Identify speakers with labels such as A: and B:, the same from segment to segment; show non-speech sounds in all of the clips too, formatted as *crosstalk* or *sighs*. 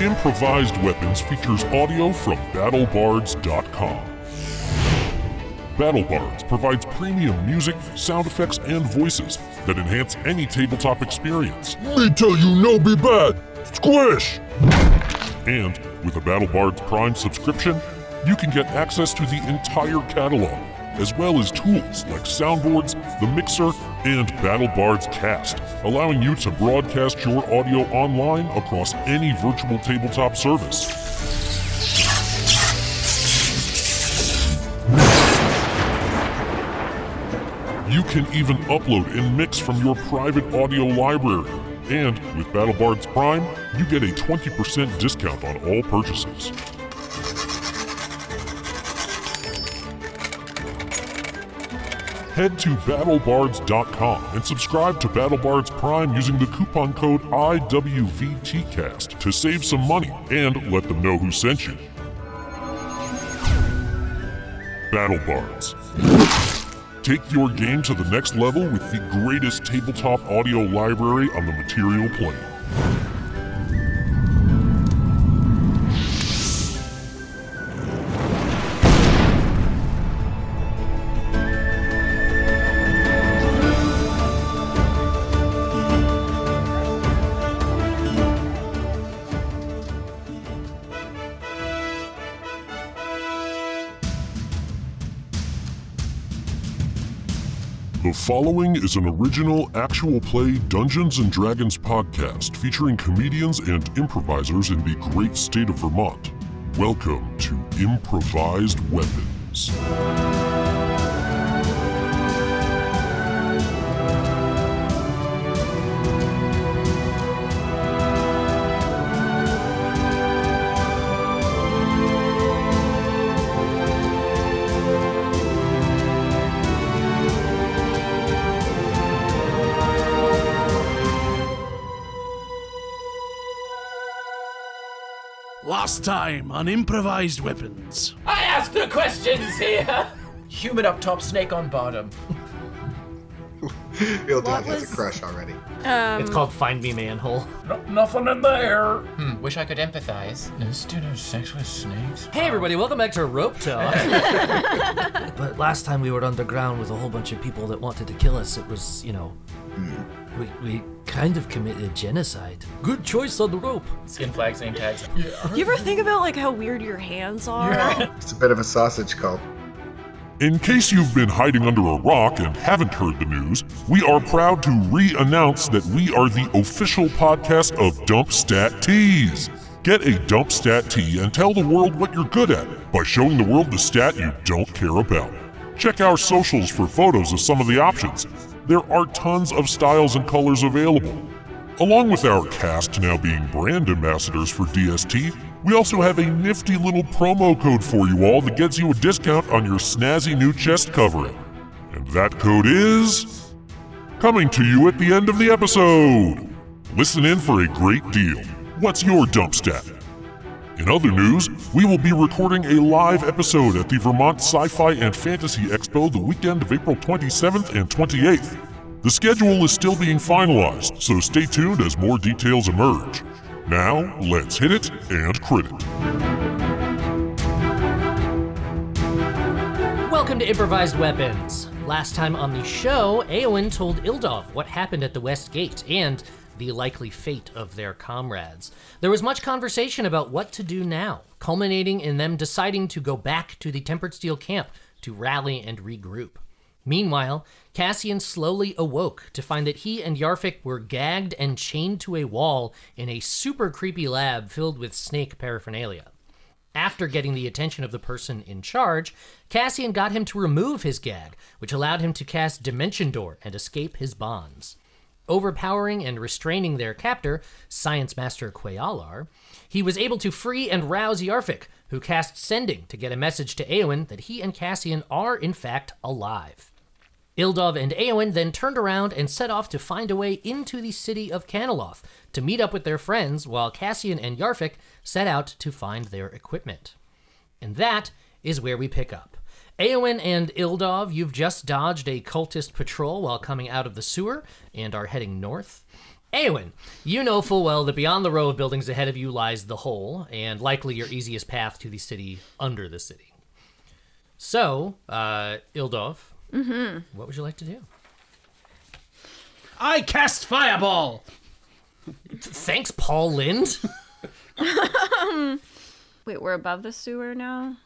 A: Improvised Weapons features audio from BattleBards.com. BattleBards provides premium music, sound effects, and voices that enhance any tabletop experience.
B: Me tell you no be bad. Squish!
A: And with a BattleBards Prime subscription, you can get access to the entire catalog, as well as tools like soundboards, the mixer, and BattleBards Cast, allowing you to broadcast your audio online across any virtual tabletop service. You can even upload and mix from your private audio library. And with BattleBards Prime, you get a 20% discount on all purchases. Head to battlebards.com and subscribe to BattleBards Prime using the coupon code IWVTCast to save some money and let them know who sent you. BattleBards. Take your game to the next level with the greatest tabletop audio library on the material plane. The following is an original actual play Dungeons and Dragons podcast featuring comedians and improvisers in the great state of Vermont. Welcome to Improvised Weapons.
C: Last time on improvised weapons.
D: I ask the questions here.
E: Human up top, snake on bottom.
F: Real Dan
G: What
F: has
G: was-
F: a crush already.
G: Um,
H: It's called Find Me Manhole.
D: nothing in there.
E: Hmm, wish I could empathize. No dude have sex with snakes?
H: Hey everybody, welcome back to Rope Talk. *laughs* but last time we were underground with a whole bunch of people that wanted to kill us, it was, you know, we, we kind of committed genocide. Good choice on the rope.
E: Skin flags, name tags.
G: you ever think about like how weird your hands are?
F: It's a bit of a sausage cult.
A: In case you've been hiding under a rock and haven't heard the news, we are proud to re announce that we are the official podcast of Dump Stat Tees. Get a Dump Stat Tee and tell the world what you're good at by showing the world the stat you don't care about. Check our socials for photos of some of the options. There are tons of styles and colors available. Along with our cast now being brand ambassadors for DST, we also have a nifty little promo code for you all that gets you a discount on your snazzy new chest covering. And that code is. coming to you at the end of the episode! Listen in for a great deal. What's your dump stat? In other news, we will be recording a live episode at the Vermont Sci Fi and Fantasy Expo the weekend of April 27th and 28th. The schedule is still being finalized, so stay tuned as more details emerge. Now, let's hit it and crit it.
H: Welcome to Improvised Weapons. Last time on the show, Eowyn told Ildov what happened at the West Gate and the likely fate of their comrades. There was much conversation about what to do now, culminating in them deciding to go back to the Tempered Steel camp to rally and regroup. Meanwhile, Cassian slowly awoke to find that he and Yarfik were gagged and chained to a wall in a super creepy lab filled with snake paraphernalia. After getting the attention of the person in charge, Cassian got him to remove his gag, which allowed him to cast Dimension Door and escape his bonds. Overpowering and restraining their captor, Science Master Quayalar, he was able to free and rouse Yarfik, who cast Sending to get a message to Eowyn that he and Cassian are, in fact, alive. Ildov and Eowyn then turned around and set off to find a way into the city of Caneloth to meet up with their friends, while Cassian and Yarfik set out to find their equipment. And that is where we pick up. Eowyn and Ildov, you've just dodged a cultist patrol while coming out of the sewer and are heading north. Awen, you know full well that beyond the row of buildings ahead of you lies the hole, and likely your easiest path to the city under the city. So, uh, Ildov, what would you like to do?
C: I cast fireball.
H: Thanks, Paul Lind.
I: *laughs* Wait, we're above the sewer now?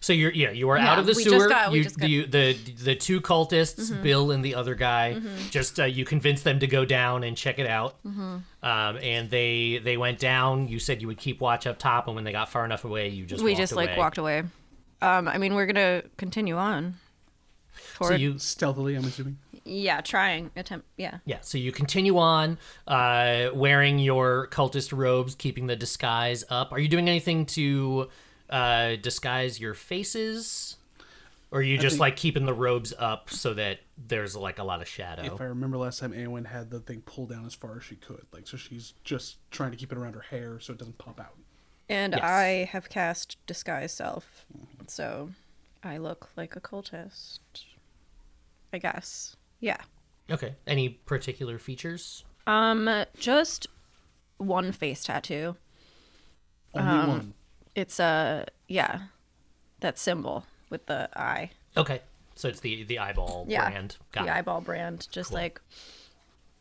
H: So you're yeah you are out of the
I: we just
H: sewer.
I: got- we
H: you,
I: just got- Mm-hmm.
H: you- the the two cultists, Bill and the other guy, just uh, you convinced them to go down and check it out.
I: Mm-hmm.
H: Um, and they they went down. You said you would keep watch up top, and when they got far enough away, you just
I: we
H: walked
I: just
H: away.
I: like walked away. Um, I mean, we're gonna continue on.
H: So you
C: Stealthily, I'm assuming.
I: Yeah, trying attempt. Yeah,
H: yeah. So you continue on, uh, wearing your cultist robes, keeping the disguise up. Are you doing anything to uh, disguise your faces? Or are you just
C: think-
H: like keeping the robes up so that there's like a lot of shadow?
C: If I remember last time, Awen had the thing pulled down as far as she could. Like, so she's just trying to keep it around her hair so it doesn't pop out.
I: and
H: Yes.
I: I have cast disguise self, so I look like a cultist. I guess. Yeah.
H: Okay. Any particular features?
I: Um, just one face tattoo.
C: Only one.
I: It's a yeah, that symbol with the eye,
H: Okay. So it's the the eyeball
I: Yeah,
H: brand. Got
I: the
H: it.
I: eyeball brand, just like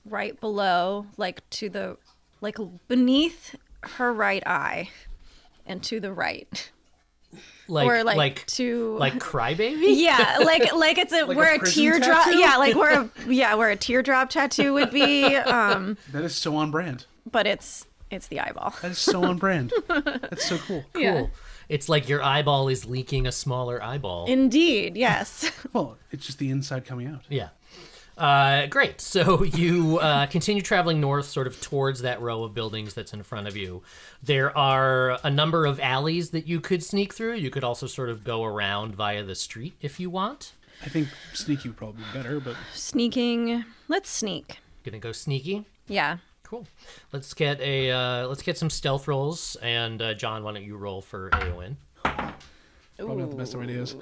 I: right below, like to the, like beneath her right eye, and to the right,
H: Like,
I: or like,
H: like
I: to
H: like
I: *laughs*
H: crybaby.
I: Yeah, like like it's a where a,
C: prison
I: teardrop.
C: tattoo?
I: Yeah, like where
H: *laughs*
I: a yeah where a teardrop tattoo would be. Um,
C: That is so on brand.
I: but it's it's the eyeball.
C: That is so on brand. That's so cool.
I: Yeah.
H: Cool. It's like your eyeball is leaking a smaller eyeball.
I: Indeed, yes.
C: Well, it's just the inside coming out.
H: yeah. Uh, great. *laughs* So you uh, continue traveling north, sort of towards that row of buildings that's in front of you. There are a number of alleys that you could sneak through. You could also sort of go around via the street if you want.
C: I think sneaky would probably be better, but
I: Sneaking. Let's sneak.
H: Gonna go sneaky.
I: Yeah.
H: Cool. Let's get a uh, let's get some stealth rolls, and uh, John, why don't you roll for AON?
C: probably not the best of ideas.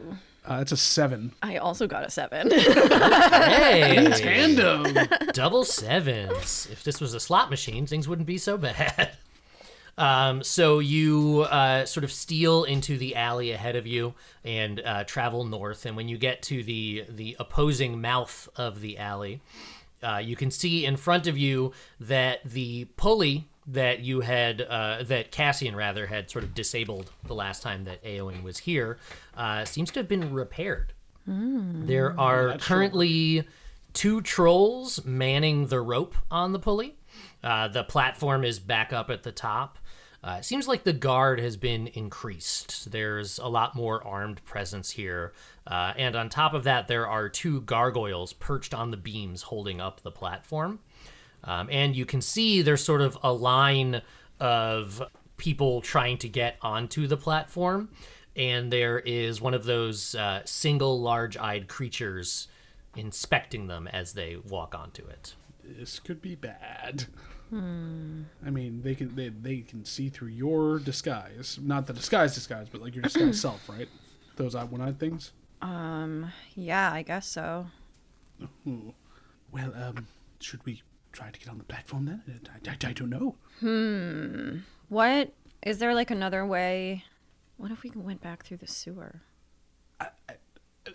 C: Uh, it's a seven.
I: I also got a seven. *laughs*
H: Hey,
C: Random.
H: double sevens. If this was a slot machine, things wouldn't be so bad. *laughs* Um, so you uh, sort of steal into the alley ahead of you and uh, travel north. And when you get to the the opposing mouth of the alley, uh, you can see in front of you that the pulley that you had uh, that Cassian rather had sort of disabled the last time that Aowen was here uh, seems to have been repaired. There are currently two trolls manning the rope on the pulley. Uh, the platform is back up at the top. Uh, it seems like the guard has been increased. There's a lot more armed presence here. Uh, and on top of that, there are two gargoyles perched on the beams holding up the platform. Um, and you can see there's sort of a line of people trying to get onto the platform. And there is one of those uh, single large eyed creatures inspecting them as they walk onto it.
C: this could be bad. I mean, they can they, they can see through your disguise, not the disguise disguise, but like your disguise self, right? Those eye one eyed things.
I: yeah, I guess so.
C: Hmm. Well, um, should we try to get on the platform then? Uh, I, I, I don't know.
I: What is there like another way? What if we went back through the sewer?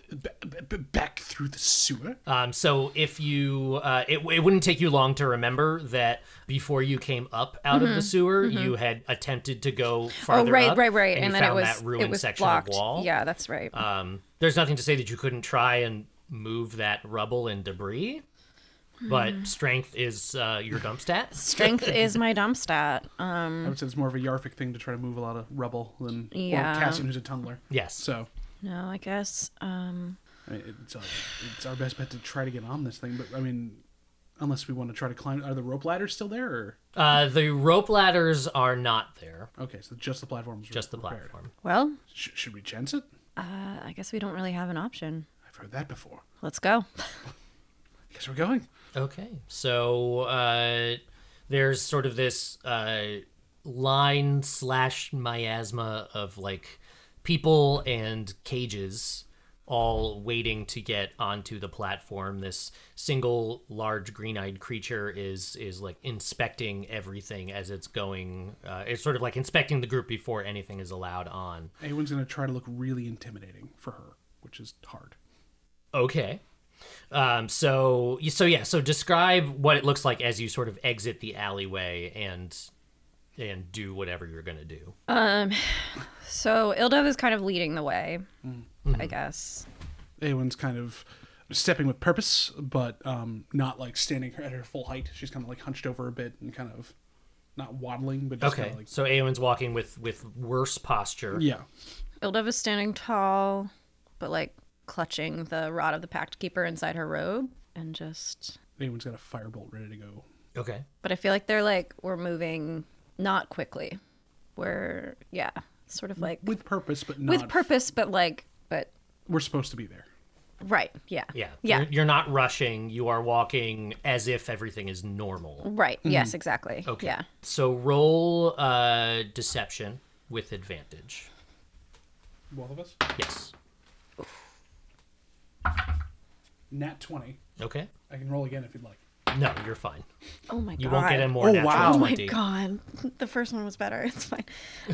C: B- b- b- back through the sewer.
H: Um, so if you, uh, it, it wouldn't take you long to remember that before you came up out of the sewer, you had attempted to go farther
I: Mm-hmm. oh, right,
H: up,
I: right, right.
H: and,
I: And,
H: you
I: then
H: found
I: it was
H: that ruined
I: it was
H: section
I: blocked.
H: of wall.
I: Yeah, that's right.
H: *laughs* Um, there's nothing to say that you couldn't try and move that rubble and debris, but strength is uh, your dump stat.
I: Strength is my dump stat. Um,
C: I would say it's more of a Yarfik thing to try to move a lot of rubble than
I: Yeah.
C: or Cassian, who's a tunneler.
H: Yes.
C: So
I: No, I guess. Um,
C: I mean, it's our, it's our best bet to try to get on this thing. But I mean, unless we want to try to climb, are the rope ladders still there? Or
H: Uh, the rope ladders are not there.
C: okay, so just the platforms. were
H: Just the
C: repaired.
H: platform.
I: well,
C: Sh- should we chance it?
I: I guess we don't really have an option.
C: I've heard that before.
I: Let's go. *laughs*
C: Guess we're going.
H: Okay. So uh, there's sort of this uh, line slash miasma of like people and cages all waiting to get onto the platform. This single large green-eyed creature is is like inspecting everything as it's going. Uh, it's sort of like inspecting the group before anything is allowed on.
C: Awen's going to try to look really intimidating for her, which is hard.
H: Okay. Um, so so yeah. So describe what it looks like as you sort of exit the alleyway and and do whatever you're gonna do.
I: So Ildov is kind of leading the way,
H: Mm-hmm.
I: I guess.
C: Awen's kind of stepping with purpose, but um, not like standing at her full height. She's kind of like hunched over a bit and kind of not waddling, but just
H: Okay.
C: kind of like
H: So Aowen's walking with with worse posture.
C: yeah,
I: Ildov is standing tall, but like clutching the rod of the Pact Keeper inside her robe and just.
C: Awen's got a firebolt ready to go.
H: Okay.
I: But I feel like they're like, we're moving not quickly. We're, yeah, sort of like with,
C: With purpose, but not
I: purpose, but like, but
C: We're supposed to be there.
I: right, yeah.
H: Yeah.
I: Yeah.
H: You're, you're not rushing. You are walking as if everything is normal.
I: Right, yes, exactly. Okay. Yeah.
H: So roll uh, deception with advantage.
C: Both of us.
H: Yes.
C: Nat twenty.
H: Okay.
C: I can roll again if you'd like.
H: No, you're fine.
I: Oh my god.
H: You won't get a more
C: Oh,
H: natural
C: wow. Oh
I: Oh my
H: 20.
I: god. The first one was better. *laughs* It's fine.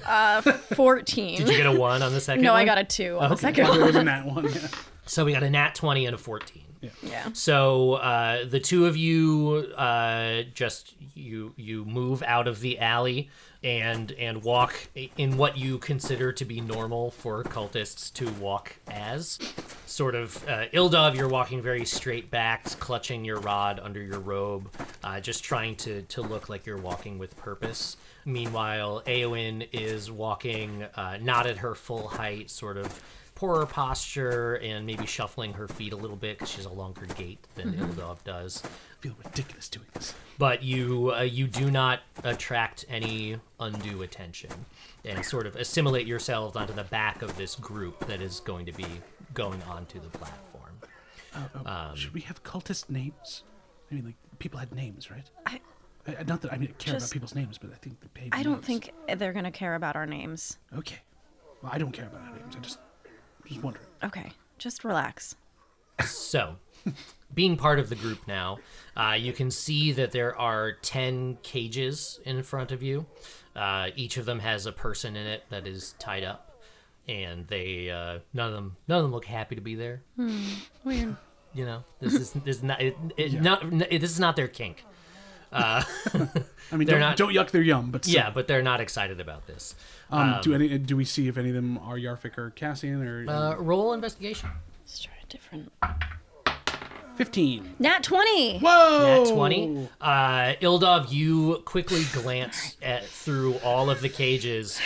I: Uh, 14.
H: Did you get a
I: *laughs*
H: 1 on the second
I: no, I
H: one?
I: got a 2 on the second
H: *laughs*
C: There
I: one.
C: was a nat one. Yeah.
H: So we got a nat 20 and a 14.
I: Yeah.
H: So uh, the two of you uh, just you you move out of the alley and and walk in what you consider to be normal for cultists to walk as sort of uh, Ildov. You're walking very straight backed, clutching your rod under your robe, uh, just trying to to look like you're walking with purpose. Meanwhile, Aowen is walking uh, not at her full height, sort of poorer posture and maybe shuffling her feet a little bit because she has a longer gait than Ildov does.
C: I feel ridiculous doing this.
H: But you uh, you do not attract any undue attention and sort of assimilate yourselves onto the back of this group that is going to be going onto the platform.
C: Should we have cultist names? I mean, like people had names, right?
I: I-
C: I, not that I mean I care
I: Just-
C: about people's names, but I think the baby
I: I
C: names.
I: don't think they're going to care about our names.
C: Okay. Well, I don't care about our names. I just just wondering.
I: Okay. Just relax.
H: So, being part of the group now, uh, you can see that there are 10 cages in front of you. Uh, each of them has a person in it that is tied up, and they uh, none of them none of them look happy to be there.
I: Weird.
H: You know, this is this is not it, it, not it, this is not their kink.
C: I mean,
H: They're
C: don't,
H: not-
C: don't yuck their yum, but still.
H: Yeah, but they're not excited about this.
C: Um, do any do we see if any of them are Yarfik or Cassian or
H: Uh, roll investigation.
I: Let's try a different.
C: fifteen? Oh!
I: Nat 20.
C: Whoa!
H: Nat 20. Uh, Ildov, you quickly glance at, through all of the cages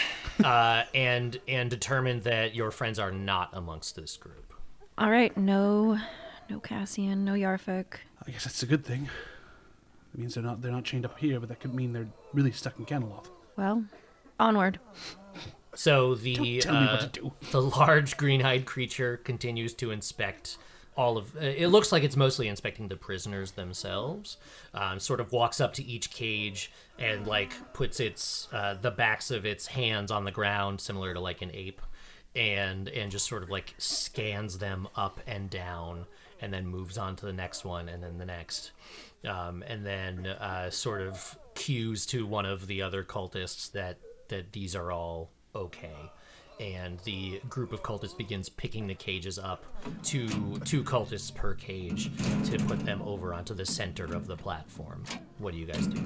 H: uh, and and determine that your friends are not amongst this group.
I: All right. No. No Cassian, no Yarfik.
C: I guess that's a good thing. It means they're not they're not chained up here, but that could mean they're really stuck in Camelot.
I: Well, onward.
H: So the
C: Tell me what
H: uh,
C: to do.
H: the large green-eyed creature continues to inspect all of uh, it looks like it's mostly inspecting the prisoners themselves um, sort of walks up to each cage and like puts its uh, the backs of its hands on the ground similar to like an ape and and just sort of like scans them up and down and then moves on to the next one and then the next um, and then uh, sort of cues to one of the other cultists that that these are all okay and the group of cultists begins picking the cages up two two cultists per cage to put them over onto the center of the platform what do you guys do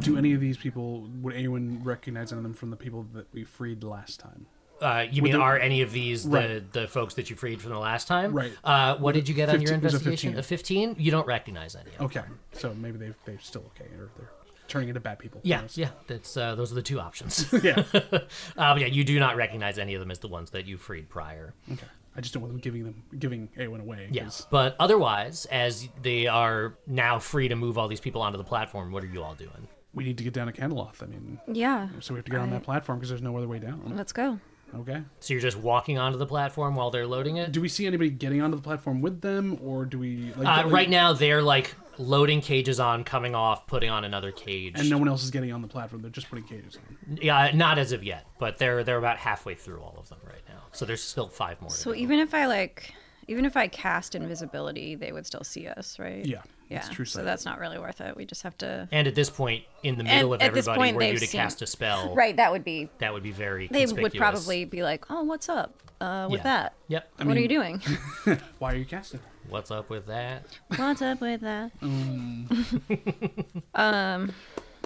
C: Do any of these people would anyone recognize any of them from the people that we freed last time?
H: uh, you mean
C: the-
H: are any of these
C: Right.
H: the, the folks that you freed from the last time
C: Right.
H: uh, what did you get on your
C: 15 it was a Oh,
H: investigation
C: 15.
H: a 15 you don't recognize any of
C: Okay,
H: them.
C: so maybe they they're still okay, or they're turning into bad people.
H: yeah yeah that's uh, those are the two options *laughs*
C: yeah.
H: uh, yeah you do not recognize any of them as the ones that you freed prior
C: Okay, I just don't want them giving them giving Awen away.
H: Yes,
C: 'cause-
H: but otherwise, as they are now free to move all these people onto the platform, what are you all doing?
C: we need to get down to Candeloth. I mean,
I: Yeah.
C: so we have to get on that platform because there's no other way down.
I: Let's go.
C: Okay.
H: So you're just walking onto the platform while they're loading it?
C: Do we see anybody getting onto the platform with them, or do we like
H: Uh,
C: like-
H: right now, they're like loading cages on, coming off, putting on another cage.
C: And no one else is getting on the platform. They're just putting cages on.
H: yeah, not as of yet, but they're they're about halfway through all of them right now. So there's still five more. to
I: So
H: go.
I: even if I like, Even if I cast invisibility, they would still see us, right?
C: Yeah,
I: Yeah.
C: it's true
I: so
C: sight.
I: that's not really worth it. We just have to.
H: And at this point, in the middle of
I: at this
H: everybody,
I: point,
H: were you
I: they've
H: to
I: seen-
H: cast a spell,
I: Right. That would be.
H: that would be very
I: They would
H: conspicuous.
I: probably be like, "Oh, what's up uh, with
H: Yeah.
I: that?
H: Yep.
I: what are you
C: *laughs*
I: doing?
C: Why are you casting?
H: What's up with that?
I: what's up with that?"
C: Mm. I,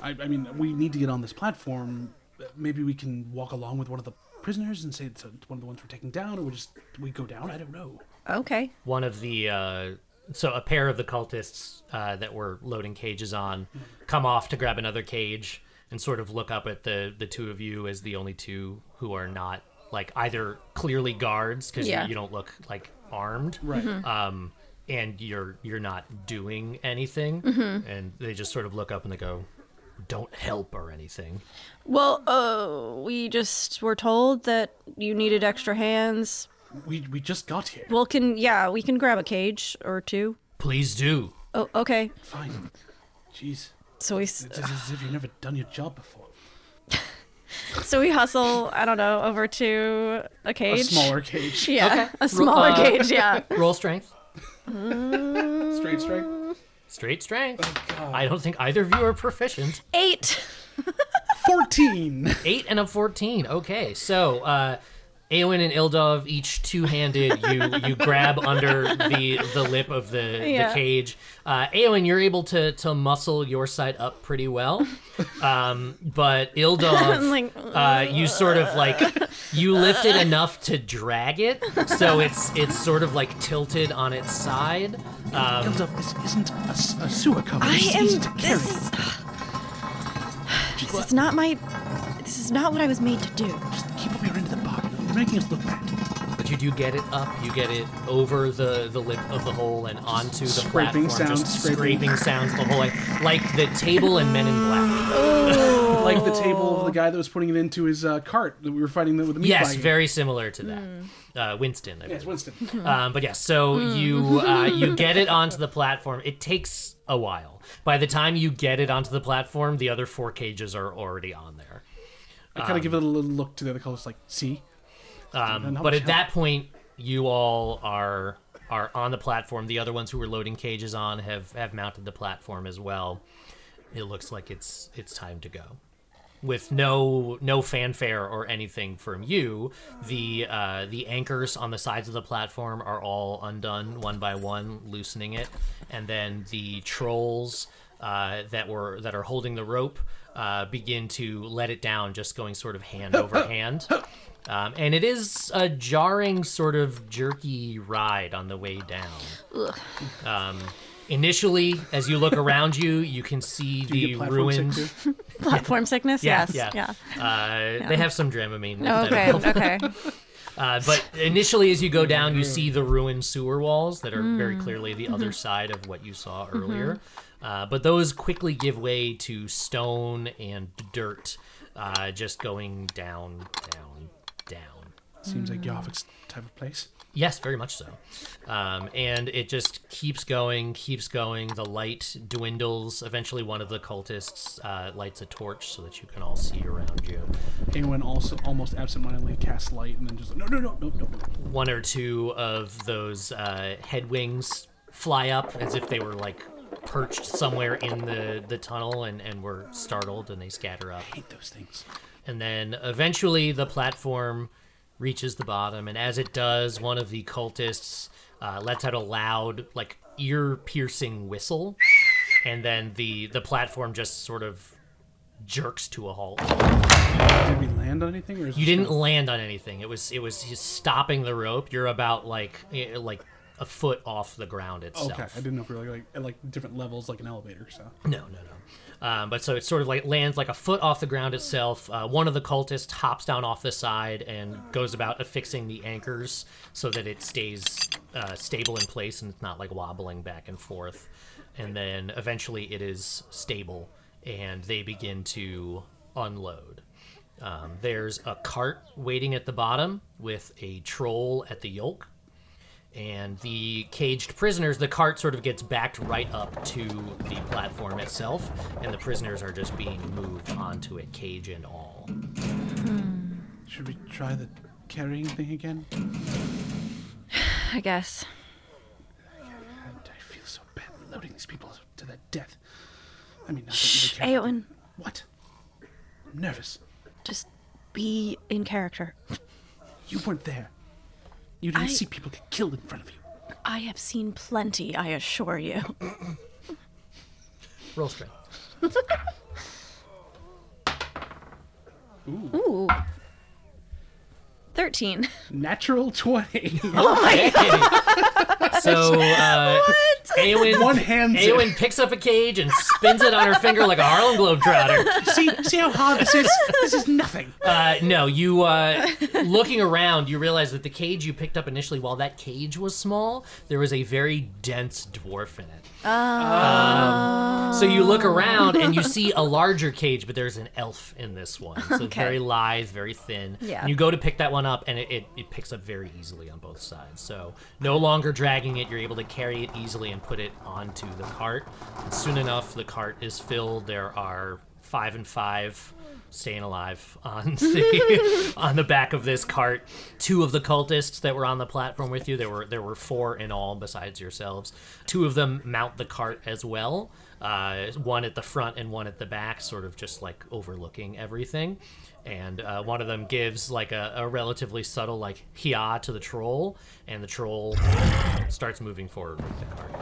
C: I mean, we need to get on this platform. Uh, Maybe we can walk along with one of the prisoners and say it's, uh it's one of the ones we're taking down, or we just we go down. I don't know.
I: Okay.
H: one of the uh, so a pair of the cultists uh, that were loading cages on come off to grab another cage and sort of look up at the the two of you as the only two who are not like either clearly guards because
I: Yeah.
H: you, you don't look like armed
C: Right.
H: um and you're you're not doing anything and they just sort of look up and they go don't help or anything
I: Well, uh, we just were told that you needed extra hands.
C: We we just got here.
I: Well, can yeah, we can grab a cage or two.
H: please do
I: Oh, okay.
C: Fine. Jeez,
I: So we s-
C: it's as if you've never done your job before.
I: so we hustle. I don't know over to a
C: A
I: cage.
C: smaller cage.
I: Yeah, a smaller
H: uh,
I: cage. *laughs* Yeah.
H: roll strength
C: Straight, straight.
H: straight strength i don't think either of you are proficient
I: Eight.
C: Fourteen.
H: Eight and a fourteen. Okay, so uh, Aowen and Ildov each two-handed. You you grab under the the lip of the,
I: Yeah.
H: the cage. Uh, Aowen, you're able to to muscle your side up pretty well, um, but
I: *laughs*
H: Ildov,
I: I'm like,
H: uh, you sort of like you lift it enough to drag it, so it's it's sort of like tilted on its side. Um,
C: Gilduff, this isn't a, s- a sewer cover.
I: I
C: This is
I: am.
C: easy to carry.
I: This is. This is not my. This is not what I was made to do.
C: Just keep up your end of the bargain. You're making us look bad.
H: but you do get it up. You get it over the, the lip of the hole and onto the
C: Scraping
H: platform.
C: sounds,
H: just
C: scraping.
H: scraping sounds the whole way, like the table in Men in Black.
C: Like the table of the guy that was putting it into his uh, cart that we were fighting with the meat
H: Yes,
C: wagon.
H: very similar to that. Uh, Winston, I
C: Yes,
H: believe.
C: Winston.
H: Um, but yes, so you uh, you get it onto the platform. It takes a while. By the time you get it onto the platform, the other four cages are already on there.
C: I kind of give it a little look to the other colors, like, see?
H: Um,
C: how
H: but
C: much
H: at that point, you all are are on the platform. The other ones who were loading cages on have have mounted the platform as well. It looks like it's it's time to go. With no no fanfare or anything from you, the uh, the anchors on the sides of the platform are all undone one by one, loosening it, and then the trolls uh, that were that are holding the rope uh, begin to let it down, just going sort of hand over hand. Um, and it is a jarring sort of jerky ride on the way down. Um, initially, as you look around you, you can see
C: Do you
H: the
C: get platform sick
H: ruins.
C: too?
I: Platform sickness.
H: Yeah,
I: yes.
H: yeah. Uh, They have some Dramamine. left
I: Oh,
H: over.
I: Okay.
H: *laughs*
I: Okay.
H: Uh, but initially, as you go down, you see the ruined sewer walls that are
I: Mm.
H: very clearly the
I: Mm-hmm.
H: other side of what you saw earlier. Uh, but those quickly give way to stone and dirt, uh, just going down, down, down.
C: Seems like Yarvik's type of place.
H: Yes, very much so. Um, and it just keeps going, keeps going. The light dwindles. Eventually, one of the cultists uh, lights a torch so that you can all see around you.
C: Awen also almost absentmindedly casts light and then just like, no, no, no, no, no, no.
H: One or two of those uh, head wings fly up as if they were like perched somewhere in the, the tunnel and, and were startled and they scatter up.
C: Hate those things.
H: And then eventually the platform reaches the bottom. And as it does, one of the cultists uh, lets out a loud, like, ear piercing whistle. And then the, the platform just sort of jerks to a halt.
C: Did we land on anything? Or is
H: You
C: this
H: didn't
C: just-
H: land on anything. It was it was just stopping the rope. You're about like eh, like a foot off the ground itself.
C: Okay, I didn't know if we were like, at like different levels, like an elevator. So
H: No, no, no. Um, but so it sort of like lands like a foot off the ground itself. Uh, one of the cultists hops down off the side and goes about affixing the anchors so that it stays uh, stable in place and it's not like wobbling back and forth. And then eventually it is stable and they begin to unload. Um, there's a cart waiting at the bottom with a troll at the yoke and the caged prisoners the cart sort of gets backed right up to the platform itself and the prisoners are just being moved onto it cage and all
C: should we try the carrying thing again?
I: I guess.
C: I feel so bad loading these people to their death. I mean, not that you would care.
I: Aowen,
C: What? I'm nervous.
I: just be in character.
C: You weren't there. You didn't
I: I-
C: see people get killed in front of you.
I: I have seen plenty, I assure you.
H: Roll strength.
I: Ooh. 13.
C: Natural
I: *laughs*
C: 20.
H: So uh,
C: One
H: Aowen,
C: hand.
H: Aowen picks up a cage and spins it on her finger like a Harlem Globetrotter.
C: See, see how hard this is? This is nothing.
H: Uh, no, you uh, looking around, you realize that the cage you picked up initially, while that cage was small, there was a very dense dwarf in it. Um, so you look around and you see a larger cage, but there's an elf in this one. So it's
I: Okay.
H: very lithe, very thin.
I: Yeah.
H: And you go to pick that one up, and it, it, it picks up very easily on both sides. So no longer dragging it, you're able to carry it easily and put it onto the cart. And soon enough, the cart is filled. There are five and five staying alive on *laughs* the on the back of this cart. Two of the cultists that were on the platform with you, there were there were four in all besides yourselves. Two of them mount the cart as well. Uh, one at the front and one at the back, sort of just like overlooking everything. And uh, one of them gives like a, a relatively subtle like hiya to the troll, and the troll starts moving forward with the cart.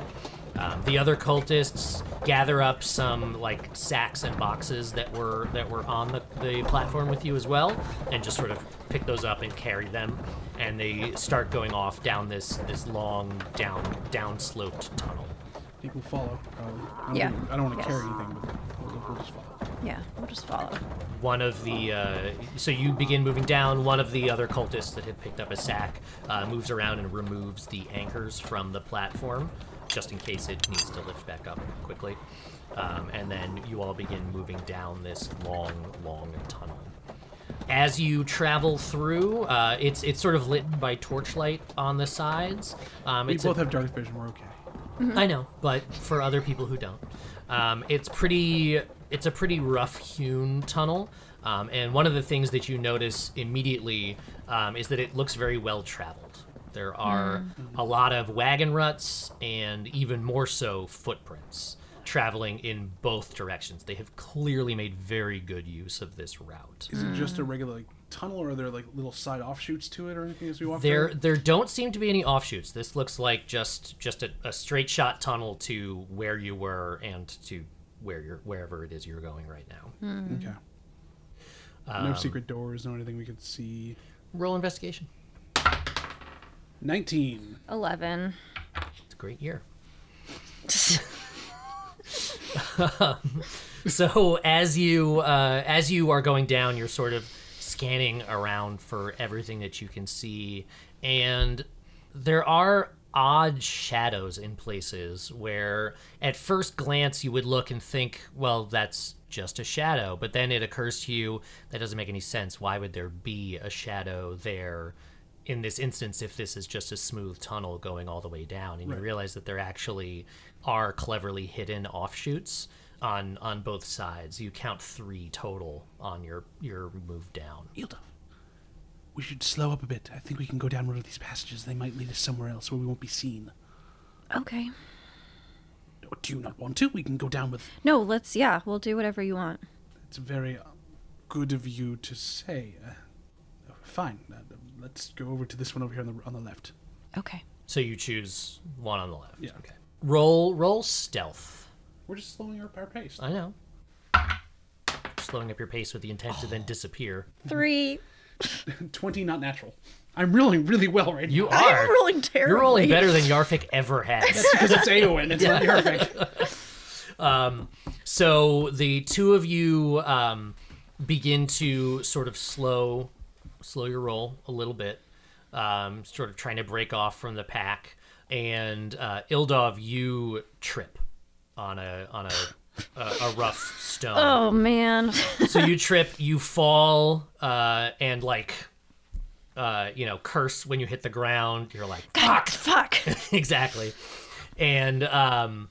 H: Um, the other cultists gather up some like sacks and boxes that were that were on the, the platform with you as well, and just sort of pick those up and carry them, and they start going off down this this long down downsloped tunnel.
C: I think we'll follow. Probably. I don't
I: Yeah.
C: wanna- I don't want to
I: Yes.
C: carry anything, but we'll, we'll just follow.
I: Yeah, we'll just follow.
H: One of the uh, so you begin moving down. One of the other cultists that had picked up a sack uh, moves around and removes the anchors from the platform, just in case it needs to lift back up quickly. Um, and then you all begin moving down this long, long tunnel. As you travel through, uh, it's it's sort of lit by torchlight on the sides. Um,
C: We
H: it's a-
C: both have dark vision. We're okay.
H: I know, but for other people who don't, um, it's pretty. It's a pretty rough-hewn tunnel, um, and one of the things that you notice immediately um, is that it looks very well traveled. There are a lot of wagon ruts and even more so footprints traveling in both directions. They have clearly made very good use of this route.
C: Is it
I: Mm.
C: just a regular like, tunnel, or are there like little side offshoots to it, or anything as we walk
H: There,
C: through?
H: there don't seem to be any offshoots. This looks like just just a, a straight shot tunnel to where you were and to where you're wherever it is you're going right now.
C: Okay. no secret doors, no anything we could see.
H: Roll investigation.
C: 19.
I: 11.
H: It's a great year. so as you uh, as you are going down, you're sort of scanning around for everything that you can see, and there are odd shadows in places where, at first glance, you would look and think, "Well, that's just a shadow," but then it occurs to you that doesn't make any sense. Why would there be a shadow there? In this instance, if this is just a smooth tunnel going all the way down, and you realize that there actually are cleverly hidden offshoots on on both sides. You count three total on your your move down.
C: Eildov, we should slow up a bit. I think we can go down one of these passages. They might lead us somewhere else where we won't be seen.
I: *laughs* Okay.
C: Or do you not want to? We can go down with.
I: No, let's, yeah, we'll do whatever you want.
C: It's very uh, good of you to say. Uh, fine. Uh, let's go over to this one over here on the, on the left.
I: Okay.
H: So you choose one on the left.
C: Yeah.
H: Okay. Roll roll stealth.
C: We're just slowing our, our pace.
H: I know. Slowing up your pace with the intent to then disappear.
I: Three.
C: 20 not natural. I'm rolling really well right
H: You
I: I'm
H: are
I: *laughs* rolling terribly.
H: You're rolling better than Yarfik
C: *laughs*
H: ever has.
C: now. Because it's Aowen, it's *laughs* not perfect.
H: So the two of you um, begin to sort of slow, slow your roll a little bit, um, sort of trying to break off from the pack. And uh, Ildov, you trip on a on a a, a rough stone.
I: Oh, man.
H: So you trip, you fall, uh, and like. Uh, you know, curse when you hit the ground. You're like,
I: Fuck. Fuck.
H: *laughs* exactly. And um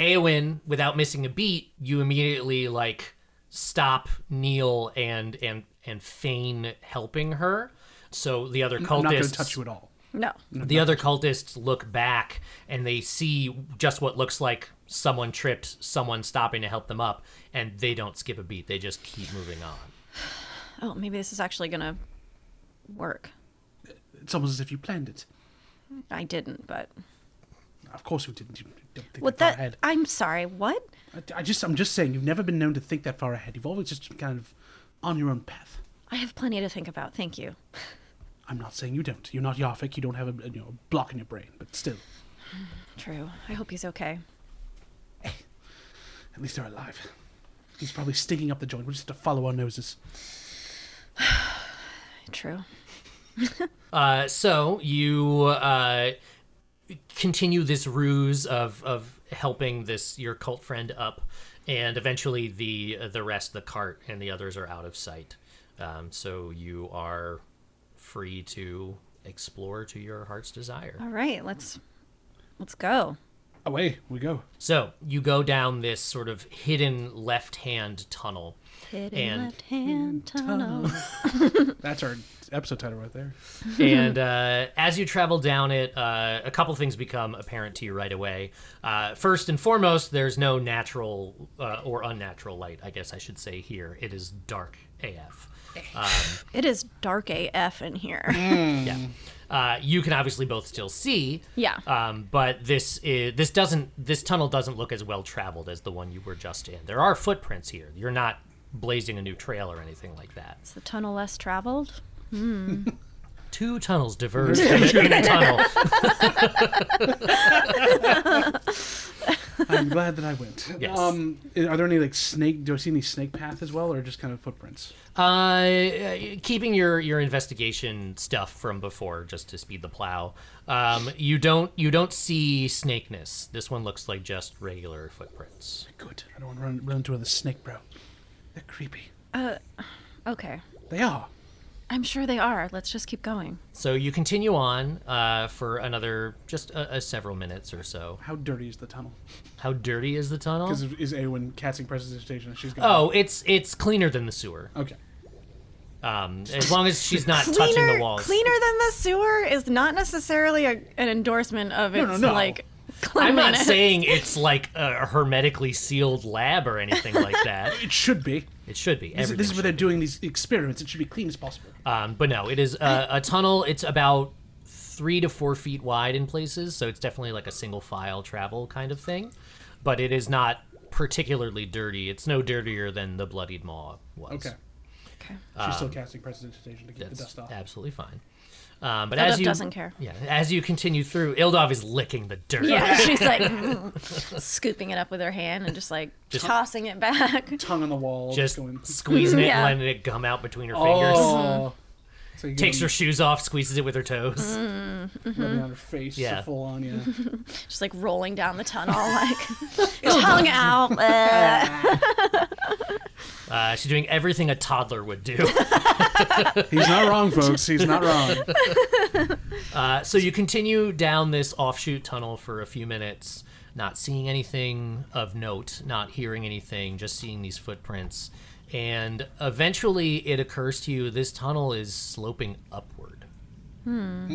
H: Eowyn, without missing a beat, you immediately like stop, kneel, and and and feign helping her. So the other
C: I'm not going to
H: cultists
C: touch you at all.
I: No.
H: The other cultists look back and they see just what looks like someone tripped, someone stopping to help them up, and they don't skip a beat. They just keep moving on.
I: Oh, maybe this is actually gonna work.
C: It's almost as if you planned it.
I: I didn't, but
C: Of course you didn't. You don't think
I: what
C: that far
I: that?
C: ahead.
I: I'm sorry. What?
C: I, I just, I'm just saying, you've never been known to think that far ahead. You've always just been kind of on your own path.
I: I have plenty to think about. Thank you.
C: I'm not saying you don't. You're not Yarvik. You don't have a, you know, a block in your brain, but still,
I: True. I hope he's okay.
C: at least they're alive. He's probably stinking up the joint. We just have to follow our noses.
I: True.
H: Uh, so you uh, continue this ruse of of helping this your cult friend up, and eventually the the rest, the cart and the others, are out of sight. Um, so you are free to explore to your heart's desire.
I: All right. Let's let's go.
C: Away we go.
H: So you go down this sort of hidden left hand tunnel. and
I: hand tunnel.
C: That's our episode title right there.
H: and uh, as you travel down it, uh, a couple things become apparent to you right away. Uh, first and foremost, there's no natural uh, or unnatural light, I guess I should say here. It is dark AF.
I: *laughs* It is dark AF in here.
H: Uh, you can obviously both still see.
I: Yeah.
H: Um, but this is this doesn't this tunnel doesn't look as well traveled as the one you were just in. There are footprints here. You're not blazing a new trail or anything like that.
I: Is the tunnel less traveled?
H: two tunnels diverge in a tunnel.
C: I'm glad that I went.
H: Yes.
C: Um, are there any like snake? Do I see any snake path as well, or just kind of footprints?
H: Uh, keeping your your investigation stuff from before just to speed the plow. Um, you don't you don't see snakeness. This one looks like just regular footprints.
C: Good. I don't want to run, run into another snake, bro. They're creepy.
I: Okay.
C: They are.
I: I'm sure they are. Let's just keep going.
H: So you continue on uh, for another just a, a several minutes or so.
C: How dirty is the tunnel?
H: How dirty is the tunnel?
C: Because is Awen casting prestidigitation? She's going.
H: Oh, it's it's cleaner than the sewer.
C: Okay.
H: Um, as long as she's not touching
I: Cleaner,
H: the walls.
I: cleaner than the sewer is not necessarily a, an endorsement of its
C: no, no.
I: like
H: I'm
I: cleanliness.
H: not saying it's like a hermetically sealed lab or anything like
C: *laughs*
H: that.
C: It should be.
H: It should be.
C: This, is- this is
H: Everything
C: where
H: should
C: they're doing these experiments. It should be clean as possible.
H: Um, but no, it is a, a tunnel. It's about three to four feet wide in places, so it's definitely like a single file travel kind of thing. But it is not particularly dirty. It's no dirtier than the bloodied maw was.
C: Okay.
I: Okay.
C: She's still casting prestidigitation to get the
H: uh, That's
C: dust off.
H: absolutely fine. Um, but
I: Ildov
H: as you
I: doesn't care.
H: yeah, as you continue through, Ildov is licking the dirt.
I: Yeah, she's like
H: *laughs*
I: mm, scooping it up with her hand and just like tossing it back. *laughs*
C: Tongue on the wall.
H: Just
C: going. *laughs*
H: squeezing it
I: Yeah.
H: and letting it gum out between her fingers.
C: Oh.
H: *laughs*
C: So you
H: Takes
C: get
H: her shoes off, squeezes it with her toes.
I: Mm.
C: rubbing on her face. so
H: Yeah.
C: Full on. Yeah.
I: Just like rolling down the
H: *laughs*
I: tunnel, like tongue out. bleh.
H: Uh, she's doing everything a toddler would do.
C: He's not wrong, folks. He's not wrong.
H: So you continue down this offshoot tunnel for a few minutes, not seeing anything of note, not hearing anything, just seeing these footprints. And eventually it occurs to you this tunnel is sloping upward. Hmm.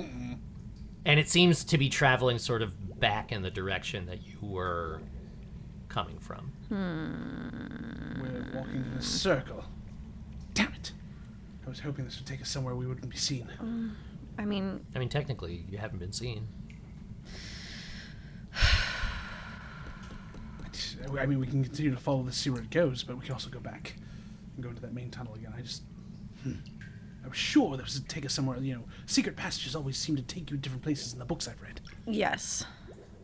H: And it seems to be traveling sort of back in the direction that you were coming from.
C: We're walking in a circle. Damn it! I was hoping this would take us somewhere we wouldn't be seen.
I: I mean,
H: I mean, technically, you haven't been seen.
C: I just- I mean, we can continue to follow this, see where it goes, but we can also go back and go into that main tunnel again. I just. hmm. I was sure this would take us somewhere, you know. Secret passages always seem to take you to different places in the books I've read.
I: yes,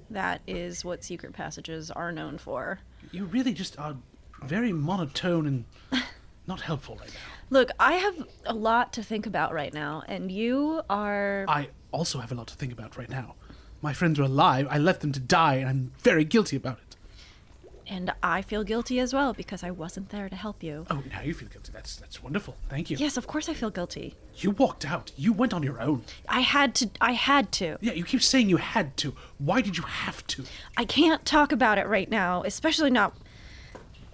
I: that is what secret passages are known for.
C: You really just are very monotone and not helpful right now.
I: Look, I have a lot to think about right now, and you are.
C: I also have a lot to think about right now. My friends were alive, I left them to die, and I'm very guilty about it.
I: And I feel guilty as well because I wasn't there to help you.
C: Oh, now you feel guilty. That's that's wonderful. Thank you.
I: Yes, of course I feel guilty.
C: You walked out. You went on your own.
I: I had to. I had to.
C: Yeah, you keep saying you had to. Why did you have to?
I: I can't talk about it right now, especially not.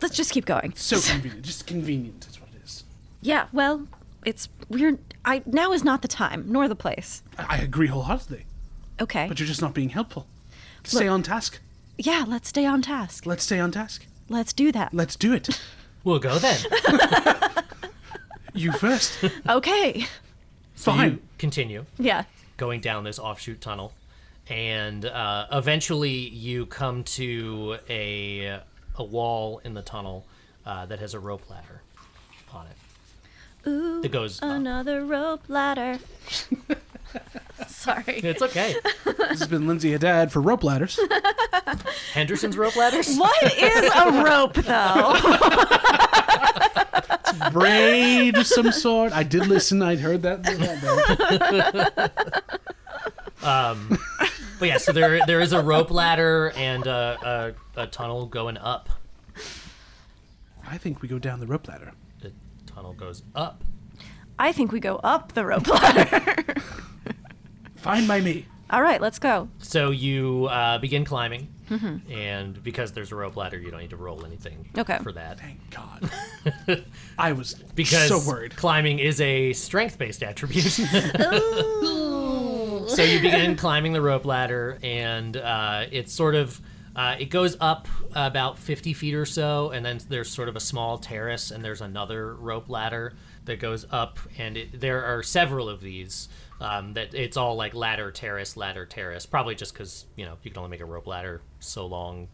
I: Let's just keep going.
C: So convenient. Just convenient is what it is.
I: Yeah, well, It's weird. I now is not the time nor the place.
C: I I agree wholeheartedly,
I: Okay.
C: but you're just not being helpful. Stay
I: Look-
C: on task.
I: yeah, let's stay on task.
C: Let's stay on task.
I: Let's do that.
C: Let's do it.
H: We'll go then.
C: You first.
I: okay. *laughs*
C: Fine.
H: You continue
I: Yeah.
H: going down this offshoot tunnel, and uh, eventually you come to a a wall in the tunnel uh, that has a rope ladder on it.
I: Ooh,
H: It goes. Up.
I: Another rope ladder. Sorry.
H: It's okay.
C: This has been Lindsay Haddad for Rope Ladders.
H: Henderson's rope ladders.
I: What is a rope though?
C: Braid of some sort. I did listen. I'd heard that. that day.
H: But yeah, so there there is a rope ladder and a, a, a tunnel going up.
C: I think we go down the rope ladder.
H: The tunnel goes up.
I: I think we go up the rope ladder.
C: Fine by me.
I: All right, let's go.
H: So you uh, begin climbing, and because there's a rope ladder, you don't need to roll anything
I: Okay.
H: for that.
C: Thank God. I was
H: Because
C: so worried.
H: climbing is a strength-based
C: *laughs*
H: attribute. so you begin climbing the rope ladder, and uh, it's sort of uh, it goes up about 50 feet or so, and then there's sort of a small terrace, and there's another rope ladder that goes up, and it, there are several of these. Um, that it's all like ladder terrace, ladder terrace. Probably just because you know you can only make a rope ladder so long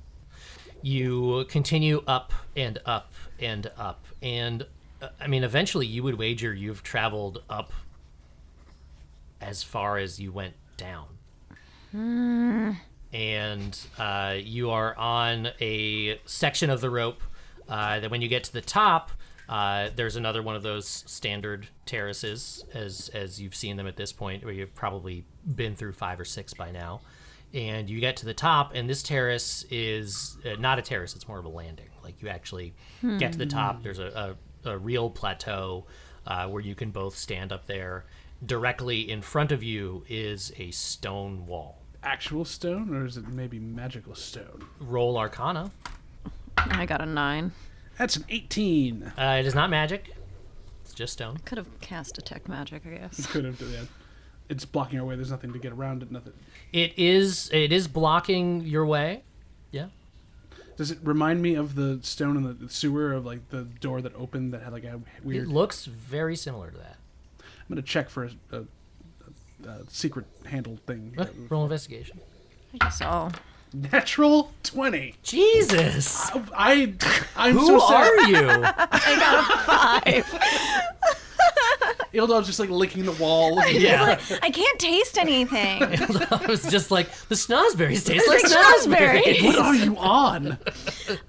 H: you continue up and up and up and uh, i mean eventually you would wager you've traveled up as far as you went down and uh, you are on a section of the rope uh, that when you get to the top uh, there's another one of those standard terraces as as you've seen them at this point where you've probably been through five or six by now and you get to the top and this terrace is uh, not a terrace it's more of a landing like you actually get to the top there's a, a, a real plateau uh, where you can both stand up there directly in front of you is a stone wall
C: Actual stone, or is it maybe magical stone?
H: roll arcana
I: I got a nine.
C: That's an 18.
H: Uh, it is not magic. It's just stone.
I: Could have cast detect magic, I guess.
C: Could have done that. It's blocking our way. There's nothing to get around it. Nothing.
H: It is. It is blocking your way. Yeah.
C: Does it remind me of the stone in the sewer of like the door that opened that had like a
H: It
C: weird?
H: looks very similar to that.
C: I'm gonna check for a, a, a, a secret handle thing.
H: Uh, roll investigation.
I: I just all.
C: *laughs* Natural 20.
H: Jesus.
C: I I'm
H: Who
C: so sorry.
H: are you?
C: Ildov's just like licking the wall.
H: yeah.
I: I can't taste anything.
C: *laughs*
H: I was just like the snozberries taste like
I: It's like
H: snozberries.
I: raspberries.
C: what are
H: *laughs*
C: you on?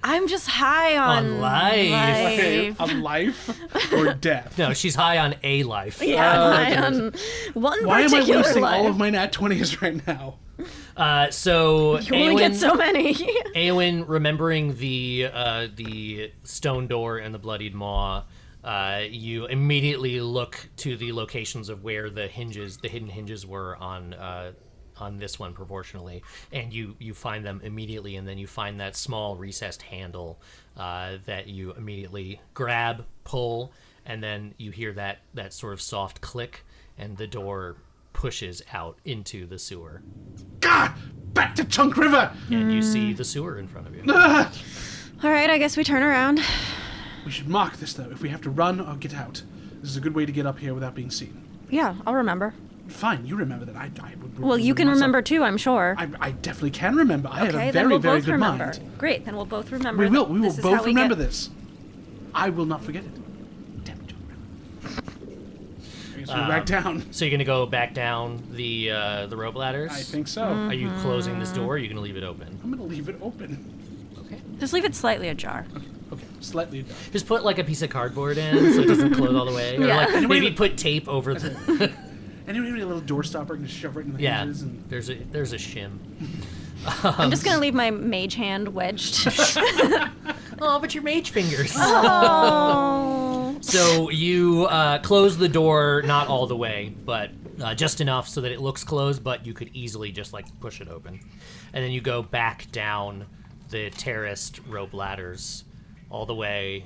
I: I'm just high on,
H: On life.
I: life.
C: on life or
H: *laughs*
C: death?
H: No, she's high on a life.
I: Yeah, *laughs* high on one
C: Oh, Why am I
I: particular
C: wasting
I: life.
C: all of my nat 20s right now?
H: Uh, so
I: you only
H: Aelin-
I: get so many. *laughs*
H: Aowen, remembering the uh, the stone door and the bloodied maw, uh, you immediately look to the locations of where the hinges, the hidden hinges, were on uh, on this one proportionally, and you you find them immediately, and then you find that small recessed handle uh, that you immediately grab, pull, and then you hear that that sort of soft click, and the door pushes out into the sewer,
C: God, back to Chunk River.
H: and you see the sewer in front of you.
I: all right, I guess we turn around.
C: We should mark this though. If we have to run or get out, this is a good way to get up here without being seen.
I: Yeah, I'll remember.
C: Fine, you remember that. I, I would.
I: Well, you can
C: myself.
I: remember too, I'm sure.
C: I, I definitely can remember. I have
I: okay,
C: a
I: then
C: very,
I: we'll
C: very
I: both
C: good
I: remember.
C: mind.
I: Great, then we'll both remember.
C: We will.
I: that
C: We will
I: this is how
C: both
I: we
C: remember
I: get-
C: this. I will not forget it. Damn it, John Brown. I guess we're back down.
H: So you're gonna go back down the uh, the rope ladders.
C: I think so.
I: Mm.
H: Are you closing this door? or Are you gonna leave it open?
C: I'm gonna leave it open.
I: Just leave it slightly ajar.
C: Okay, slightly. down.
H: Just put like a piece of cardboard in so it doesn't close all the way. Or
I: Yeah.
H: like maybe put tape over the
C: *laughs*
H: *laughs*
C: Anyone have a little door stopper? I can just shove right in the
H: yeah.
C: hinges and
H: There's a there's a shim.
I: I'm just gonna leave my mage hand wedged.
C: *laughs*
I: *laughs*
H: Oh, but your mage fingers.
I: oh.
H: So you uh, close the door, not all the way, but uh, just enough so that it looks closed, but you could easily just like push it open. And then you go back down the terraced rope ladders all the way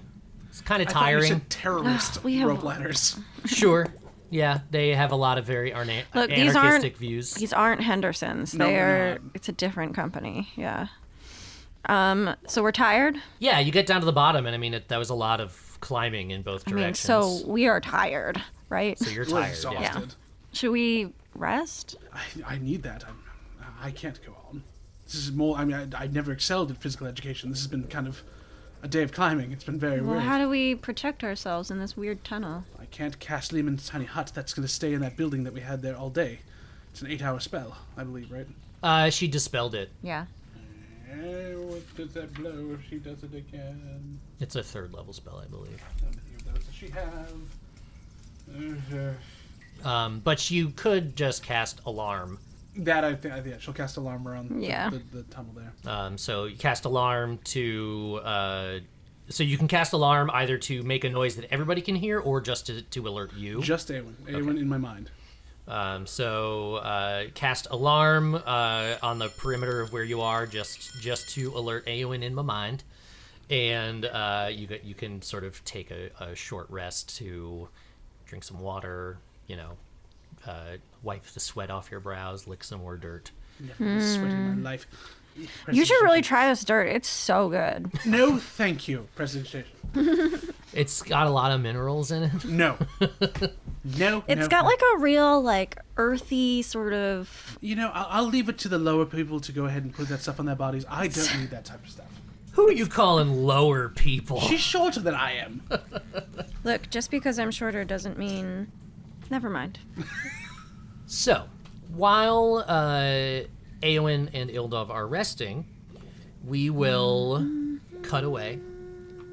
H: It's kind of
C: I thought you
H: tiring.
C: said terrorist
I: *gasps* We have-
C: rope ladders.
H: *laughs* Sure. Yeah, they have a lot of very arna-
I: Look, these
H: anarchistic
I: aren't
H: views.
I: these aren't Hendersons.
C: No,
I: they
C: they're
I: are. It's a different company. Yeah. Um. So we're tired.
H: Yeah, you get down to the bottom, and I mean, it, that was a lot of climbing in both
I: I mean,
H: directions.
I: so we are tired, right?
H: So you're
C: We're
H: tired. yeah.
C: exhausted.
I: Should we rest?
C: I, I need that. I'm, I can't go on. This is more. I mean, I, I've never excelled at physical education. This has been kind of a day of climbing. It's been very
I: Well,
C: weird.
I: how do we protect ourselves in this weird tunnel?
C: I can't cast Lehman's tiny hut. That's going to stay in that building that we had there all day. It's an eight-hour spell, I believe, right?
H: Uh, she dispelled it.
I: Yeah.
C: what does that blow if she does it again?
H: It's a third level spell, I believe.
C: How many of those does she have? Uh-huh.
H: Um, but you could just cast alarm.
C: That I think. Yeah, she'll cast alarm around the-
I: Yeah.
C: the, the tunnel there.
H: Um, so you cast alarm to. Uh, so you can cast alarm either to make a noise that everybody can hear, or just to, to alert you.
C: Just Awen. Awen in my mind.
H: Um, so uh, cast alarm uh, on the perimeter of where you are, just just to alert Aowen in my mind, and uh, you get, you can sort of take a, a short rest to drink some water, you know, uh, wipe the sweat off your brows, lick some more dirt.
C: Never been sweaty in my life.
I: Hmm. You should really try this dirt. It's so good.
C: No, thank you, President.
H: It's got a lot of minerals in it. *laughs*
I: *laughs*
C: No. no.
I: It's
C: no.
I: got like a real like earthy sort of.
C: You know, I'll, I'll leave it to the lower people to go ahead and put that stuff on their bodies. I don't need that type of stuff.
H: Who are you calling lower people?
C: She's shorter than I am.
I: Look, just because I'm shorter doesn't mean. Never mind.
H: So, while uh, Aowen and Ildov are resting, we will cut away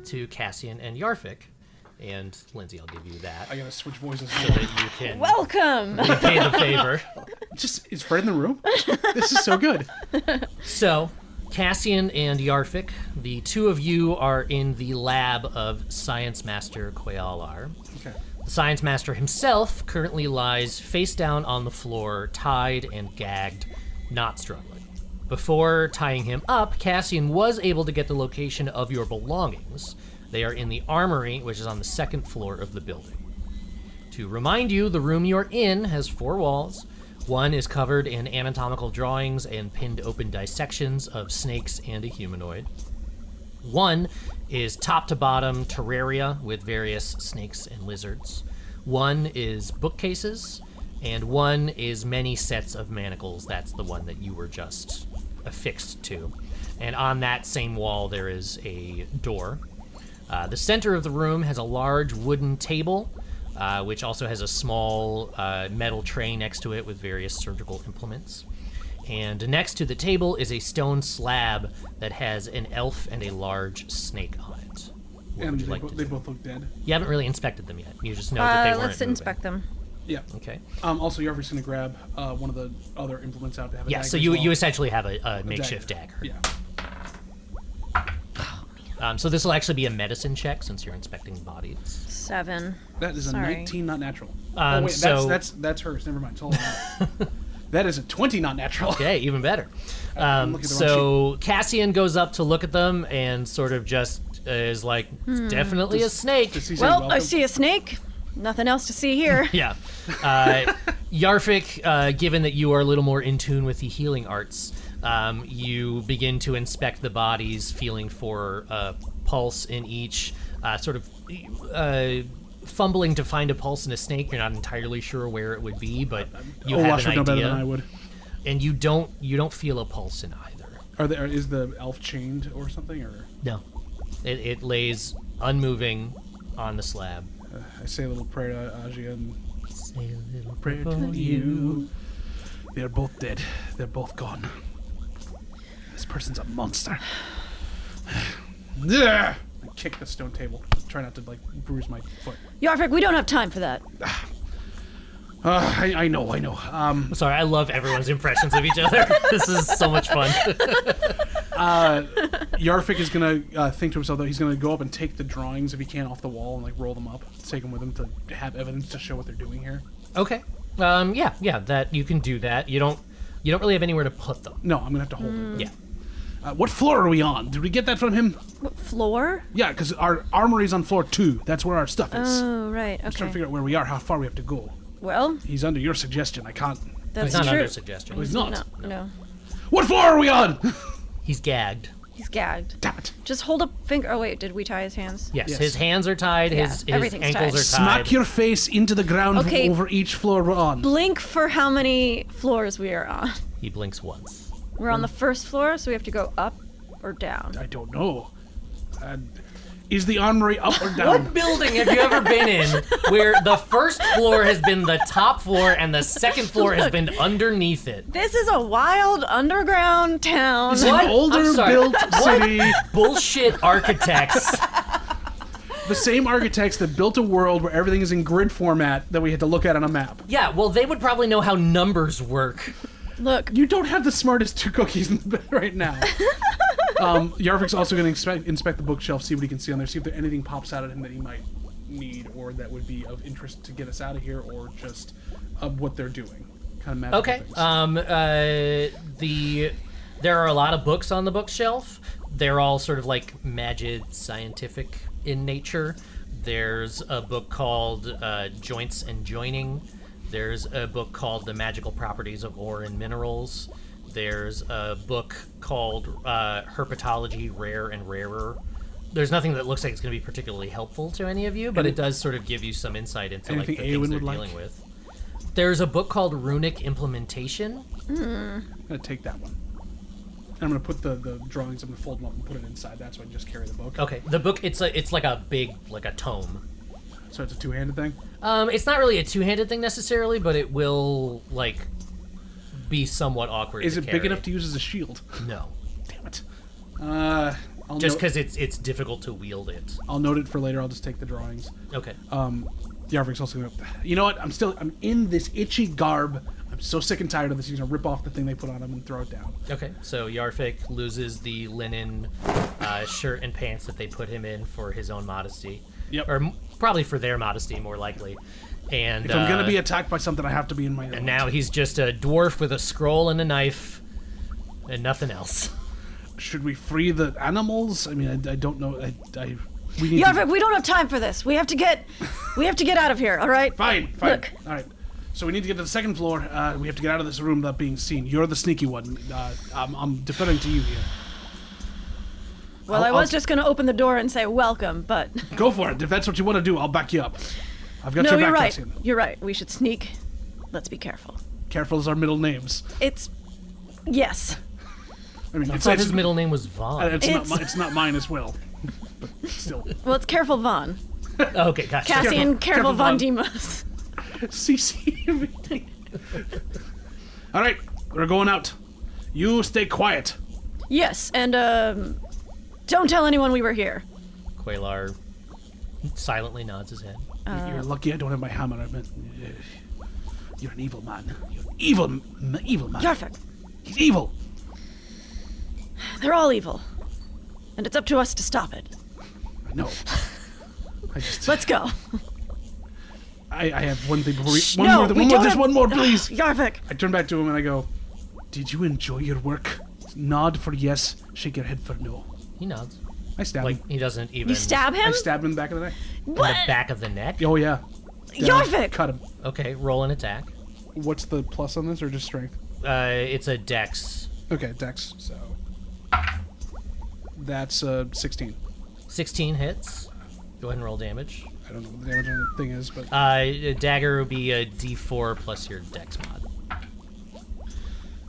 H: to Cassian and Yarfik. And Lindsay, I'll give you that.
C: I gotta switch voices.
H: You can
I: Welcome.
H: pay the favor.
C: *laughs* Just is Fred in the room? This is so good.
H: So, Cassian and Yarfik, the two of you are in the lab of Science Master Koyalar.
C: Okay.
H: The Science Master himself currently lies face down on the floor, tied and gagged, not struggling. Before tying him up, Cassian was able to get the location of your belongings. They are in the armory, which is on the second floor of the building. To remind you, the room you're in has four walls. One is covered in anatomical drawings and pinned open dissections of snakes and a humanoid. One is top to bottom terraria with various snakes and lizards. One is bookcases, and one is many sets of manacles. That's the one that you were just affixed to. And on that same wall, there is a door. Uh, the center of the room has a large wooden table, uh, which also has a small uh, metal tray next to it with various surgical implements. And next to the table is a stone slab that has an elf and a large snake on it. What
C: And
H: would you
C: they,
H: like
C: bo-
H: to
C: they
H: do?
C: both look dead.
H: You haven't really inspected them yet. You just know that they
I: Uh,
H: weren't.
I: let's
H: moving.
I: inspect them.
C: Yeah.
H: Okay.
C: Um, also, Yarvik's gonna grab uh, one of the other implements out to have a
H: Yeah.
C: dagger
H: So
C: as
H: you
C: well.
H: you essentially have a, a makeshift dagger.
C: Yeah.
H: Um, so this will actually be a medicine check since you're inspecting bodies.
I: Seven.
C: That is a
I: Sorry.
C: 19 not natural.
H: Um,
C: oh, wait,
H: so-
C: that's, that's that's hers. Never mind. It's all
H: *laughs*
C: mine. that is a 20 not natural.
H: Okay, even better. Um,
C: looking at the wrong
H: so Cassian goes up to look at them and sort of just uh, is like, "It's definitely a snake.
C: Does he say
I: Well, I
C: welcome?
I: see a snake. Nothing else to
C: *laughs*
I: see here.
H: *laughs* Yeah. Uh, Yarfik, uh, given that you are a little more in tune with the healing arts, um, you begin to inspect the bodies, feeling for uh, pulse in each, uh, sort of uh, fumbling to find a pulse in a snake. You're not entirely sure where it would be, but
C: *laughs*
H: you
C: oh,
H: have
C: I should
H: an
C: know
H: idea.
C: better than I would.
H: And you don't you don't feel a pulse in either.
C: Are there, is the elf chained or something? Or
H: No. It, it lays unmoving on the slab.
C: I say a little prayer to Ajia and
H: Say a little
C: prayer to you. They're both dead. They're both gone. This person's a monster. *sighs* Yeah. I kick the stone table. Try not to like bruise my foot. *sighs*
I: Yarvik, we don't have time for that.
C: Uh, I, I know, I know. Um,
H: Sorry, I love everyone's impressions of each other. *laughs* this is so much fun.
C: Yarfik is gonna uh, think to himself that he's gonna go up and take the drawings if he can off the wall and like roll them up, take them with him to have evidence to show what they're doing here.
H: *laughs* okay. Um, yeah, yeah, that you can do that. You don't you don't really have anywhere to put them. Mm.
C: No, I'm gonna have to hold it.
H: Yeah.
C: Uh, what floor are we on? Did we get that from him?
I: What floor?
C: Yeah, because our armory's on floor two. That's where our stuff is.
I: Oh, right.
C: trying to
I: Okay.
C: figure out where we are, how far we have to go.
I: Well,
C: He's under your suggestion. I can't.
I: that's
H: It's not
I: true.
H: under suggestion.
C: He's not.
I: no, no.
C: What floor are we on?
H: He's gagged.
I: He's gagged.
C: Damn it.
I: Just hold a finger. Oh wait, did we tie his hands?
H: Yes,
C: Yes.
H: his hands are tied. his
I: Yeah,
H: his
I: everything's
H: ankles are tied.
C: Smack your face into the ground
I: Okay.
C: over each floor we're on.
I: Blink for how many floors we are on.
H: he blinks once.
I: We're on the first floor, so we have to go up or down.
C: I don't know. And is the armory up
H: *laughs*
C: or down?
H: Building, have you ever been in where the first floor has been the top floor and the second floor has been underneath it?
I: This is a wild underground town.
C: It's an
H: *laughs* What?
C: older
H: I'm sorry.
C: built city.
H: Bullshit architects.
C: The same architects that built a world where everything is in grid format that we had to look at on a map.
H: Yeah, well, they would probably know how numbers work.
I: Look,
C: You don't have the smartest two cookies in the bed right
H: *laughs*
C: now. um, Yarvik's also going to inspect, inspect the bookshelf, see what he can see on there, see if there anything pops out at him that he might need or that would be of interest to get us out of here, or just of what they're doing. Kind of magical
H: Okay.
C: things.
H: Um. Uh. The there are a lot of books on the bookshelf. They're all sort of like magic, scientific in nature. There's a book called uh, Joints and Joining. There's a book called The Magical Properties of Ore and Minerals. There's a book called uh, Herpetology Rare and Rarer. There's nothing that looks like it's going to be particularly helpful to any of you, but it does sort of give you some insight into like
C: Anything
H: the things
C: Eowyn
H: they're
C: would like?
H: dealing with. There's a book called Runic Implementation.
C: I'm going to take that one. And I'm going to put the, the drawings, I'm going to fold them up and put it inside that so I can just carry the book.
H: Okay, the book it's a, it's like a big like a tome.
C: So it's a two handed thing.
H: Um, it's not really a two-handed thing necessarily, but it will like be somewhat awkward.
C: Is
H: to
C: it big
H: carry.
C: enough to use as a shield? *laughs*
H: No,
C: Damn it. Uh, I'll,
H: just
C: note,
H: because it's it's difficult to wield it.
C: I'll note it for later. I'll just take the drawings.
H: Okay.
C: Uh, Yarvik's also going to. You know what? I'm still. I'm in this itchy garb. I'm so sick and tired of this. He's going to rip off the thing they put on him and throw it down.
H: okay. So Yarfik loses the linen uh, shirt and pants that they put him in for his own modesty.
C: Yep.
H: Or m- probably for their modesty, more likely. And
C: If I'm going
H: uh,
C: to be attacked by something, I have to be in my.
H: and
C: element.
H: now he's just a dwarf with a scroll and a knife, and nothing else.
C: should we free the animals? I mean, I, I don't know. I, I we need. to,
I: Yarvik, we don't have time for this. We have to get, we have to get out of here. All right.
C: fine, fine.
I: Look.
C: All right. So we need to get to the second floor. Uh, we have to get out of this room without being seen. You're the sneaky one. Uh, I'm, I'm deferring to you here. I'll-
I: Well, I was
C: I'll-
I: just gonna open the door and say welcome, but
C: Go for it. If that's what you want to do, I'll back you up. I've got
I: no,
C: your
I: you're
C: back,
I: right.
C: Cassian.
I: You're right. We should sneak. Let's be careful.
C: Careful is our middle names.
I: It's, yes.
C: I mean,
H: I
C: it's,
H: thought
C: it's,
H: his middle name was Vaughn.
C: it's, not
I: It's-
C: mi- it's not mine as well. But still.
I: Well, it's careful, Vaughn.
H: Okay, gotcha.
I: Cassian,
C: Careful,
I: careful,
C: Von.
I: Von Dimas. *laughs*
C: CCTV. All right, we're going out. You stay quiet.
I: Yes, and um, don't tell anyone we were here.
H: Quaylar silently nods his head.
I: Uh.
C: You're lucky I don't have my hammer. I meant, uh, you're an evil man. You're an evil, m- evil man.
I: Yarvik,
C: He's evil.
I: they're all evil, and it's up to us to stop it.
C: I know. I just,
I: Let's go.
C: I, I have one thing before we.
I: Shh,
C: one
I: no,
C: more, th-
I: we
C: one more,
I: don't
C: just
I: have-
C: one more, please.
I: Yarvik,
C: I turn back to him and I go, "Did you enjoy your work?" Nod for yes, shake your head for no.
H: He nods.
C: I stab him.
H: Like he doesn't even
I: you stab
C: I
I: him?
C: stab him in the back of the neck.
H: in the back of the neck.
C: Oh yeah. Down.
I: Yarvik!
C: Cut him.
H: Okay, roll an attack.
C: What's the plus on this, or just strength?
H: Uh, it's a dex.
C: Okay, Dex. So that's uh, 16.
H: 16 hits. Go ahead and roll damage.
C: I don't know what the damage on the thing is, but
H: Uh, a dagger would be a d4 plus your dex mod.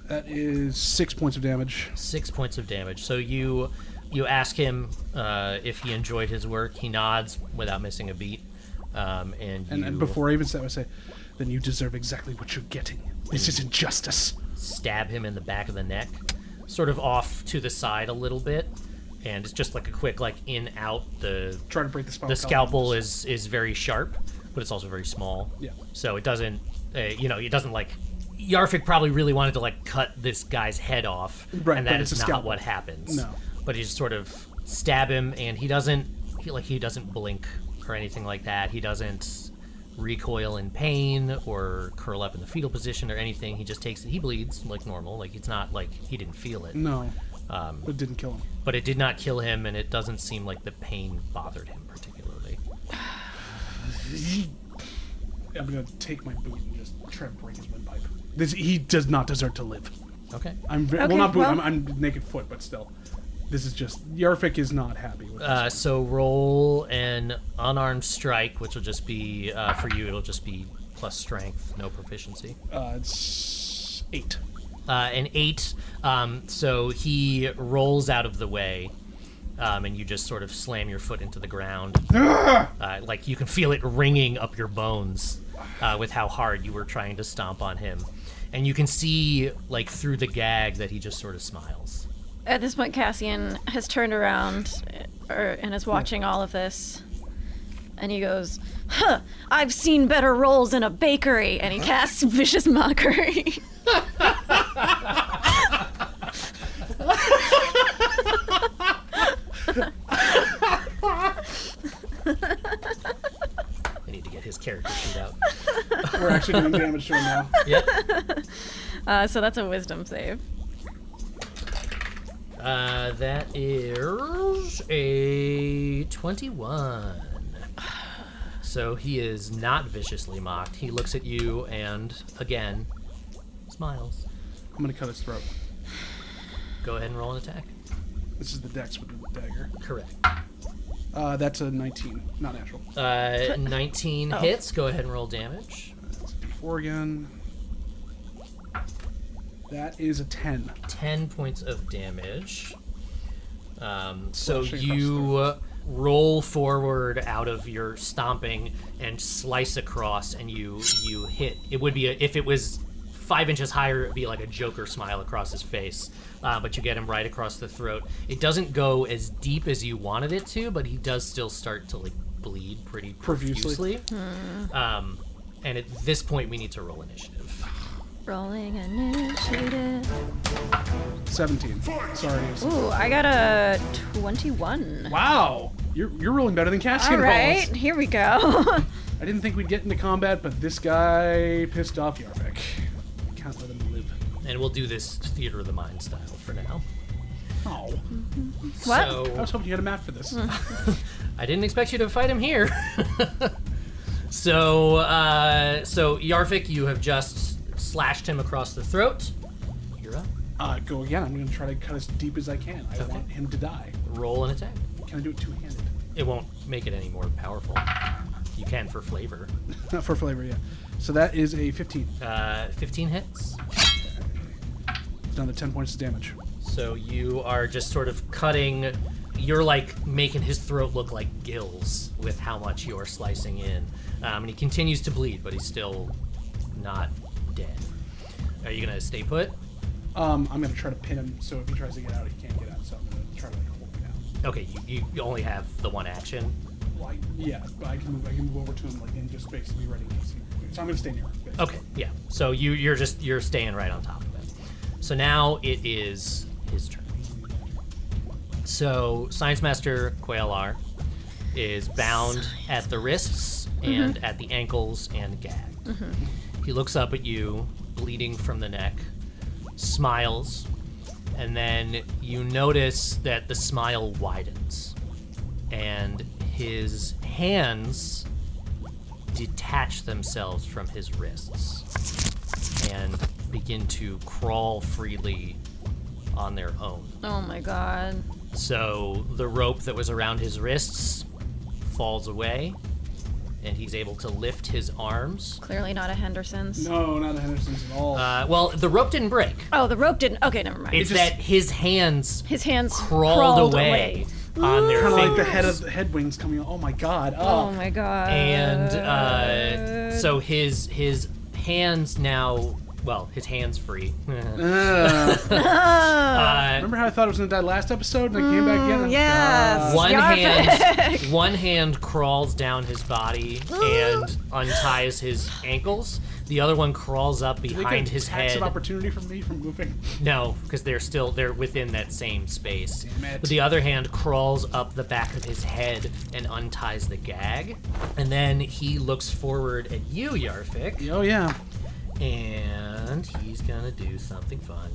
C: that is six points of damage.
H: Six points of damage. So you you ask him uh, if he enjoyed his work. He nods without missing a beat. Um, and,
C: And,
H: you
C: and before I even say, I say, then you deserve exactly what you're getting. This is injustice.
H: stab him in the back of the neck, sort of off to the side a little bit, and it's just like a quick like in out. The
C: Try to break the spell.
H: the scalpel is is very sharp, but it's also very small.
C: Yeah.
H: So it doesn't, uh, you know, it doesn't like. Yarfik probably really wanted to like cut this guy's head off,
C: Right,
H: and
C: but
H: that
C: it's
H: is
C: a
H: not
C: scalpel.
H: what happens.
C: No.
H: But you just sort of stab him, and he doesn't. He like he doesn't blink or anything like that. He doesn't recoil in pain or curl up in the fetal position or anything. He just takes it. He bleeds like normal. Like it's not like he didn't feel it
C: No.
H: Um,
C: But didn't kill him.
H: but it did not kill him, and it doesn't seem like the pain bothered him particularly.
C: I'm gonna take my boot and just try to break his windpipe. This he does not deserve to live.
H: Okay.
C: I'm very,
I: Okay,
C: well not boot.
I: well-
C: I'm, I'm naked foot, but still, this is just Yarfik is not happy with
H: Uh, so roll an unarmed strike, which will just be uh, for you. It'll just be plus strength, no proficiency.
C: this. Uh, it's eight.
H: uh, an eight. Um, so he rolls out of the way, um, and you just sort of slam your foot into the ground. Uh, like you can feel it ringing up your bones uh, with how hard you were trying to stomp on him. And you can see, like through the gag, that he just sort of smiles.
I: At this point, Cassian has turned around er, and is watching all of this. And he goes, Huh, I've seen better rolls in a bakery. And he casts Vicious Mockery.
H: I need to get his character sheet out.
C: We're actually doing damage to him now.
H: yep.
I: Uh, so that's a wisdom save.
H: Uh, that is a 21. So he is not viciously mocked. He looks at you and, again, smiles.
C: I'm gonna cut his throat.
H: Go ahead and roll an attack.
C: This is the dex with the dagger.
H: Correct.
C: Uh, that's a 19, not natural.
H: Uh, 19 hits. Go ahead and roll damage.
C: That's a d4 again. That is a 10.
H: 10 points of damage. Um, so
C: Slashing
H: you uh, roll forward out of your stomping and slice across, and you you hit. It would be a, if it was five inches higher, it'd be like a Joker smile across his face. Uh, but you get him right across the throat. It doesn't go as deep as you wanted it to, but he does still start to like bleed pretty
C: Profusely.
H: profusely. Um, and at this point, we need to roll initiative.
I: Rolling initiative.
C: 17. Sorry. it was-
I: Ooh, I got a 21.
C: Wow! You're, you're rolling better than
I: All
C: Cassian
I: right,
C: rolls.
I: here we go. *laughs*
C: I didn't think we'd get into combat, but this guy pissed off Yarvik. Can't let him live.
H: And we'll do this theater of the mind style for now.
C: Oh.
I: What?
C: I
H: So
C: was hoping you had a map for this.
I: Hmm.
H: I didn't expect you to fight him here. *laughs* so, uh, so Yarvik, you have just slashed him across the throat. You're up.
C: Uh, go again. I'm gonna try to cut as deep as I can. I want him to die.
H: Roll an attack.
C: Can I do it two *laughs* handed?
H: It won't make it any more powerful. You can for flavor.
C: for flavor, yeah. So that is a 15.
H: Uh, 15 hits.
C: It's another 10 points of damage.
H: So you are just sort of cutting. You're like making his throat look like gills with how much you're slicing in. Um, and he continues to bleed, but he's still not dead. Are you gonna stay put?
C: Um, I'm gonna try to pin him, so if he tries to get out, he can't get out. So I'm gonna try to like, hold him down.
H: Okay, you, you- you only have the one action.
C: Like, yeah, but I can move. I can move over to him, like, and just basically be ready. in case he- So I'm gonna stay near. him, basically.
H: Okay, yeah. So you you're just you're staying right on top of it. So now it is his turn. So Science Master Quailar is bound at the wrists and at the ankles and gagged. He looks up at you, bleeding from the neck, smiles, and then you notice that the smile widens and his hands detach themselves from his wrists and begin to crawl freely on their own.
I: oh my god.
H: So the rope that was around his wrists falls away, and he's able to lift his arms.
I: Clearly not a Henderson's.
C: No, not the Hendersons at all.
H: Oh. Uh, well, the rope didn't break.
I: Oh, the rope didn't. Okay, never mind.
H: It's that his hands
I: His hands
H: crawled, away, on their
C: kind of like
H: fingers.
C: the head of the head wings coming. out. Oh my god.
I: Oh
C: Oh.
I: my god.
H: and uh, so his his hands now well his hands free *laughs*
I: Oh.
H: uh,
C: Remember how I thought I was gonna die last episode, and I came back again. and-
I: Mm,
C: uh,
I: Yes.
H: one
I: Yarvik.
H: hand *laughs* one hand crawls down his body and unties his ankles the other one crawls up
C: They get
H: behind his
C: tax
H: head
C: An opportunity from me from
I: *laughs*
C: moving.
H: no because they're still they're within that same space
C: Damn it.
H: but the other hand crawls up the back of his head and unties the gag and then he looks forward at you yarfik
C: Oh yeah.
H: and he's gonna do something fun.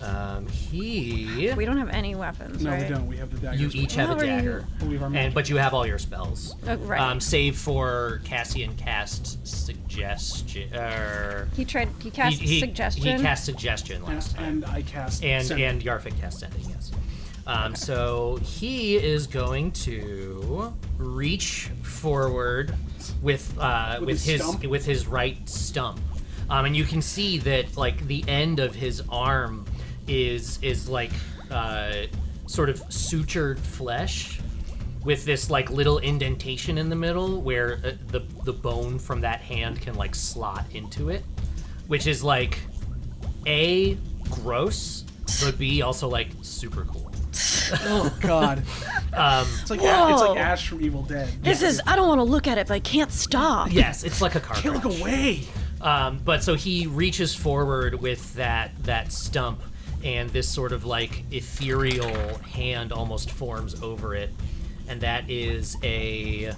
H: Um, he.
I: We don't have any weapons,
C: No, we
I: right?
C: don't. We have the dagger.
H: You each have a
I: How are you-
H: dagger,
C: We have our
H: and
C: magic.
H: but you have all your spells,
I: Oh, right.
H: um, save for Cassian cast suggestion. Er,
I: he tried. He cast
H: he, he-
I: suggestion.
H: He cast suggestion last time,
C: and I cast
H: and
C: send.
H: and Yarfik cast sending. Yes. Um, so he is going to reach forward with uh, with,
C: his
H: his
C: stump?
H: with his right stump, um, and you can see that like the end of his arm is is like uh, sort of sutured flesh with this like little indentation in the middle where uh, the the bone from that hand can like slot into it, which is like a gross, but b also like super *laughs* cool.
C: oh
H: *laughs* Um,
C: god. it's like it's
I: Whoa.
C: like Ash from Evil Dead.
I: this is. I don't want to look at it, but I can't stop.
H: Yes, it's like a car
C: Can't
H: crash.
C: look away.
H: Um, but so he reaches forward with that that stump, and this sort of like ethereal hand almost forms over it, and that is a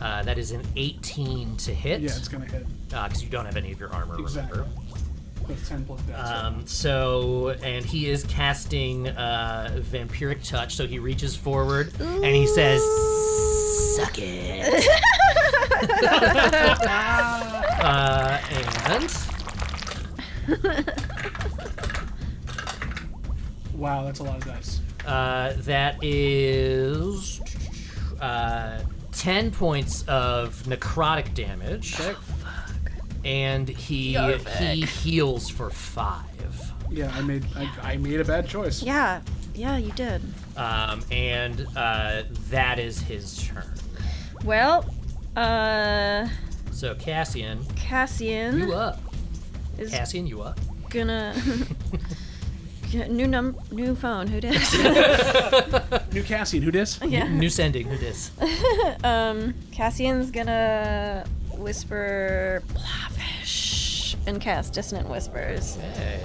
H: uh, that is an 18 to hit
C: Yeah, it's gonna hit.
H: because you don't have any of your armor.
C: Exactly.
H: Remember.
C: That's ten plus that. so-
H: Um, so, and he is casting uh, Vampiric Touch. So he reaches forward and he says, Suck it. *laughs* uh, and
C: wow, that's a lot of dice.
H: uh, that is uh, 10 points of necrotic damage. And he, he heals for five.
C: Yeah, I made I, I made a bad choice.
I: Yeah. Yeah, you did.
H: Um, and uh, that is his turn.
I: Well, uh,
H: So Cassian,
I: Cassian
H: you uh, up.
I: Hmm. is
H: Cassian, you up.
I: gonna. *laughs* Yeah, new num new phone. Who did?
H: *laughs*
C: New Cassian, who dis?
I: *laughs* yeah.
H: New sending. Who dis?
I: Um, Cassian's gonna whisper Blavish and cast Dissonant Whispers.
H: Hey.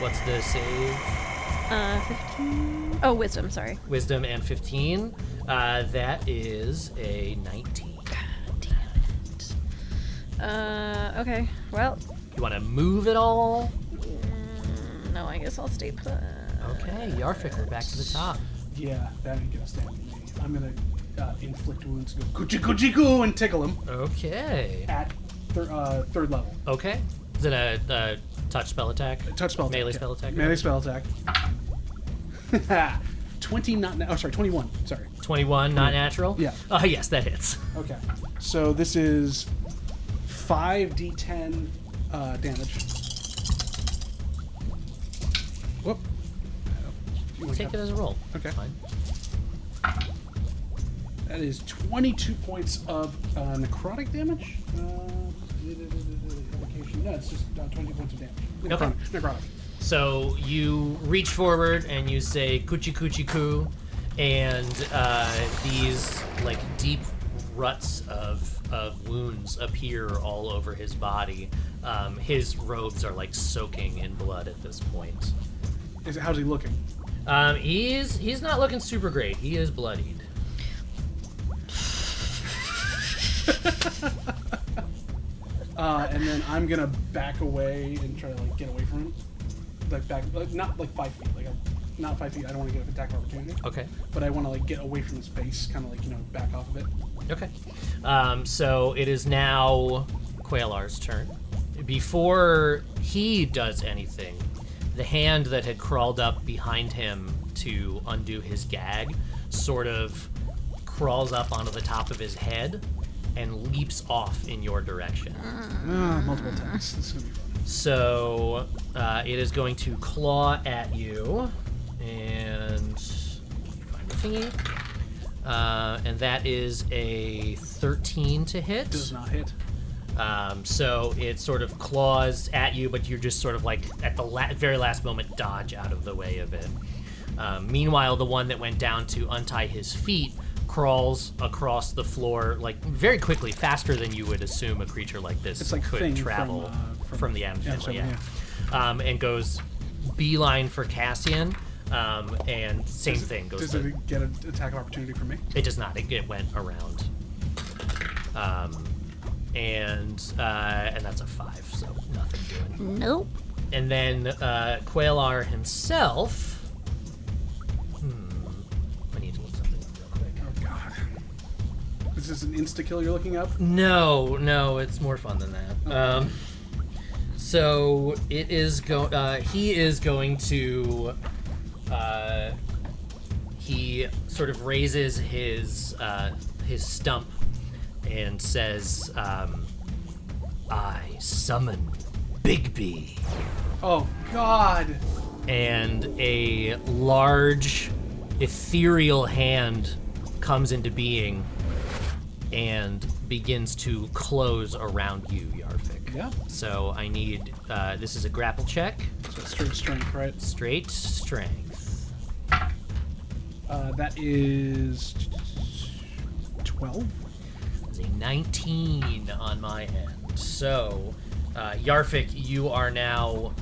H: What's the save?
I: Uh, 15. Oh, Wisdom, sorry.
H: Wisdom and 15. Uh, that is a 19.
I: Uh, okay. Well,
H: You want to move at all?
I: mm, no, I guess I'll stay put.
H: Okay, Yarfik, we're back to the top.
C: Yeah, that ain't gonna stand with me. I'm gonna uh, inflict wounds. Go coochie coochie goo and tickle him
H: Okay.
C: at thir- uh, third level.
H: Okay. Is it a, a touch spell attack?
C: Touch spell.
H: Melee
C: attack,
H: spell
C: yeah.
H: attack.
C: Melee spell attack. *laughs* Twenty not. Na- oh, sorry, twenty-one. Sorry.
H: 21, not natural?
C: Hmm. Yeah.
H: Oh, yes, that hits.
C: Okay. So this is five d10 uh, damage. Whoop. You wanna
H: Take
C: have-
H: it as a roll.
C: Okay.
H: Fine.
C: That is 22 points of uh, necrotic damage. Uh, application. no, it's just uh, 22 points of damage.
H: Okay.
C: Necrotic. necrotic.
H: So you reach forward and you say "coochie coochie coo," and uh, these like deep ruts of, of wounds appear all over his body. Um, his robes are like soaking in blood at this point.
C: Is, how's he looking?
H: Um, he's he's not looking super great. He is bloodied.
C: Uh, and then I'm gonna back away and try to like get away from him, like back, like, not like five feet, like i not five feet. I don't want to get an attack of opportunity,
H: Okay.
C: but I want to like get away from his face, kind of like you know back off of it.
H: Okay. Um, so it is now Quailar's turn. Before he does anything, the hand that had crawled up behind him to undo his gag sort of crawls up onto the top of his head and leaps off in your direction.
C: Uh, multiple attacks. This is gonna be fun.
H: So uh, it is going to claw at you, and find the thingy. Uh, and that is a 13 to hit.
C: Does not hit.
H: Um, so it sort of claws at you, but you're just sort of like at the la- very last moment dodge out of the way of it. Um, meanwhile, the one that went down to untie his feet crawls across the floor like very quickly, faster than you would assume a creature like this
C: It's like
H: could
C: Thing from,
H: travel
C: uh, from-
H: the Adams
C: yeah,
H: family.
C: from-
H: Yeah, Um, and goes beeline for Cassian. Um, and same
C: Does it-
H: thing goes.
C: Does
H: to-
C: it get an attack of opportunity from me?
H: it does not. It, it went around. Um, and uh, and that's a five, so nothing doing.
I: Mm-hmm. Nope.
H: and then uh, Quailar himself. Hmm. I need to look something up real quick.
C: Oh god. Is this an insta kill you're looking up?
H: No, no, it's more fun than that. Um, so it is go. Uh, he is going to. Uh, he sort of raises his uh, his stump and says, um, "I summon Bigby,"
C: Oh god.
H: and a large ethereal hand comes into being and begins to close around you, Yarvik.
C: Yeah.
H: So I need uh, this is a grapple check,
C: So straight strength, right?
H: straight strength.
C: Uh, that is twelve.
H: Is a 19 on my end. So, uh, Yarfik, you are now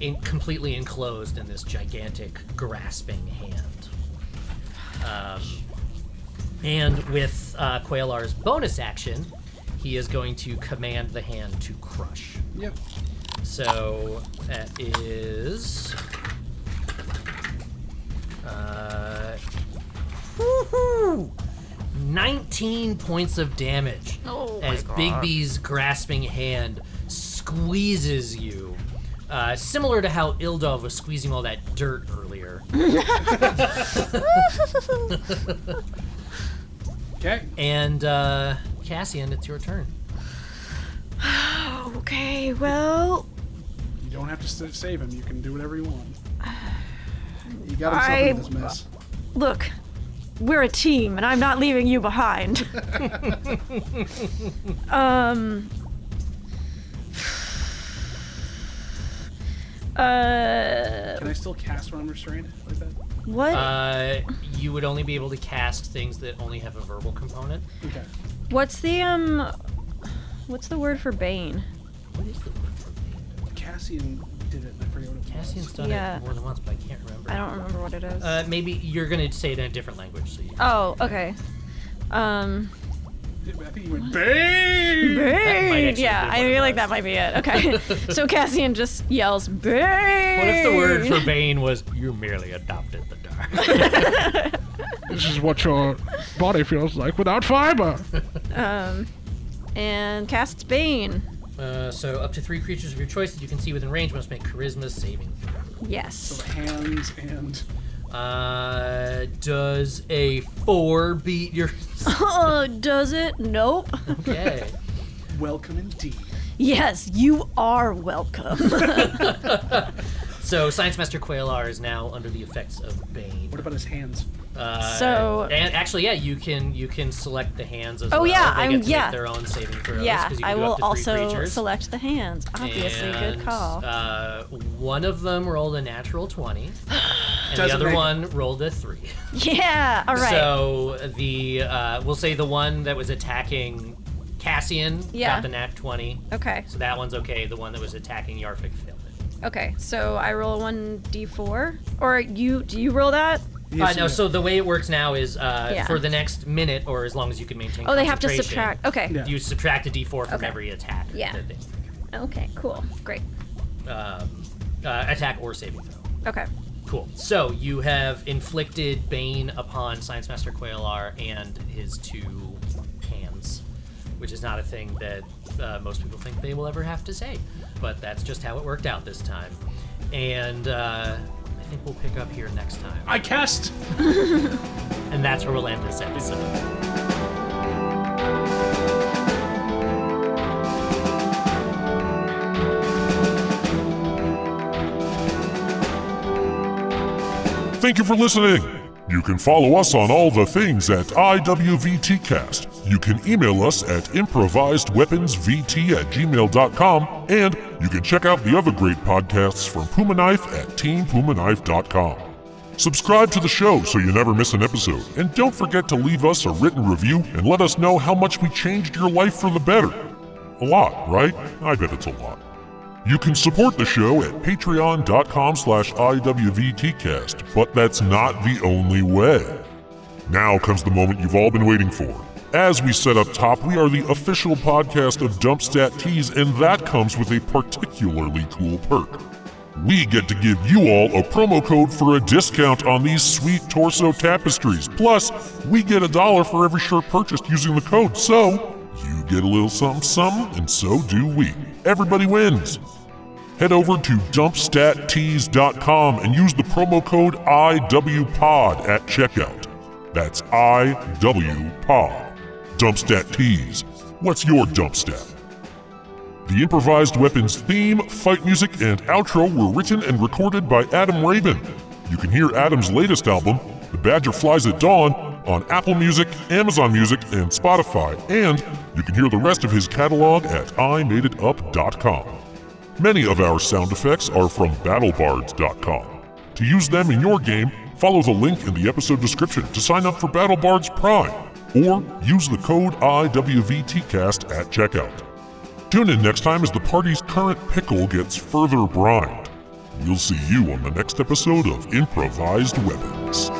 H: in- completely enclosed in this gigantic grasping hand. Um, and with uh, Quailar's bonus action, he is going to command the hand to crush.
C: Yep.
H: So that is. Uh, woo 19 points of damage
I: Oh my
H: as Big B's grasping hand squeezes you. Uh, similar to how Ildov was squeezing all that dirt earlier.
C: Okay.
H: And uh, Cassian, it's your turn.
I: Okay, well,
C: You don't have to sa- save him. You can do whatever you want. You got himself
I: I-
C: in this mess.
I: look, we're a team, and I'm not leaving you behind. um. *sighs* Uh,
C: Can I still cast when I'm restrained like that?
I: what?
H: Uh, you would only be able to cast things that only have a verbal component.
C: Okay.
I: what's the um? What's the word for bane?
H: What is the word for bane?
C: Cassian did it, and I forget what it was.
H: Cassian's done
I: Yeah.
H: it more than once, but I can't remember.
I: I don't remember what it is.
H: Uh, maybe you're gonna say it in a different language. So you...
I: oh, okay. Um,
C: I think you went bang.
I: bane.
H: actually
I: Yeah,
H: be what
I: I
H: it
I: feel
H: was.
I: like that might be it. Okay.
H: *laughs*
I: so Cassian just yells bane.
H: What if the word for Bane was "You merely adopted the dark"?
B: This is what your body feels like without fiber.
I: Um, and casts bane.
H: *laughs* uh, so, up to three creatures of your choice that you can see within range must make Charisma saving throw.
I: Yes.
C: Hands and
H: Uh, does a four beat your? *laughs*
I: *laughs* Oh, does it? Nope.
H: okay.
C: welcome indeed.
I: Yes, you are welcome.
H: So, Science Master Quailar is now under the effects of Bane.
C: What about his hands?
H: Uh,
I: *laughs* So-
H: and actually, yeah, you can you can select the hands as
I: Oh,
H: well.
I: yeah,
H: they
I: I'm-
H: get to make
I: yeah.
H: their own saving throws.
I: yeah,
H: 'cause you can
I: I
H: do up
I: will
H: to three
I: also
H: creatures.
I: select the hands. Obviously,
H: And,
I: good call.
H: Uh, one of them rolled a natural 20,
C: *gasps*
H: and the
C: Doesn't
H: other
C: make it.
H: one rolled a 3. *laughs*
I: yeah, all right.
H: So the, uh, we'll say the one that was attacking Cassian
I: Yeah.
H: got the nat 20.
I: okay,
H: So that one's okay. The one that was attacking Yarvik failed it.
I: okay. So I roll one d4, or you do you roll that?
H: uh, no, so the way it works now is uh,
I: Yeah.
H: for the next minute or as long as you can maintain
I: Oh, they have to
H: concentration,
I: subtract. Okay.
C: Yeah.
H: You subtract a d4 from
I: Okay.
H: every attack.
I: Yeah.
H: that they-
I: Okay. Cool. Great.
H: um, uh, attack or saving throw.
I: Okay.
H: Cool. So you have inflicted Bane upon Science Master Quailar and his two hands, which is not a thing that uh, most people think they will ever have to say, but that's just how it worked out this time. And uh, I think we'll pick up here next time,
C: I cast.
H: and that's where we'll end this episode.
A: Thank you for listening. You can follow us on all the things at IWVTcast. You can email us at improvisedweaponsvt at gmail.com, and you can check out the other great podcasts from Puma Knife at teampumaknife.com. Subscribe to the show so you never miss an episode, and don't forget to leave us a written review and let us know how much we changed your life for the better. A lot, right? I bet it's a lot. You can support the show at patreon.com slash IWVTcast, but that's not the only way. Now comes the moment you've all been waiting for. As we said up top, we are the official podcast of Dumpstat Tees, and that comes with a particularly cool perk. We get to give you all a promo code for a discount on these sweet torso tapestries. Plus, we get a dollar for every shirt purchased using the code, so you get a little something something, and so do we. Everybody wins. Head over to dumpstattees.com and use the promo code IWPOD at checkout. That's IWPOD. Dumpstat Tees. What's your dump stat? The improvised weapons theme, fight music, and outro were written and recorded by Adam Raven. You can hear Adam's latest album, The Badger Flies at Dawn, on Apple Music, Amazon Music, and Spotify, and you can hear the rest of his catalog at imadeitup.com. Many of our sound effects are from battlebards.com. To use them in your game, follow the link in the episode description to sign up for BattleBards Prime, or use the code IWVTCast at checkout. Tune in next time as the party's current pickle gets further brined. We'll see you on the next episode of Improvised Weapons.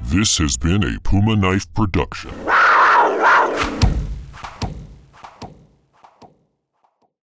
A: This has been a Puma Knife production.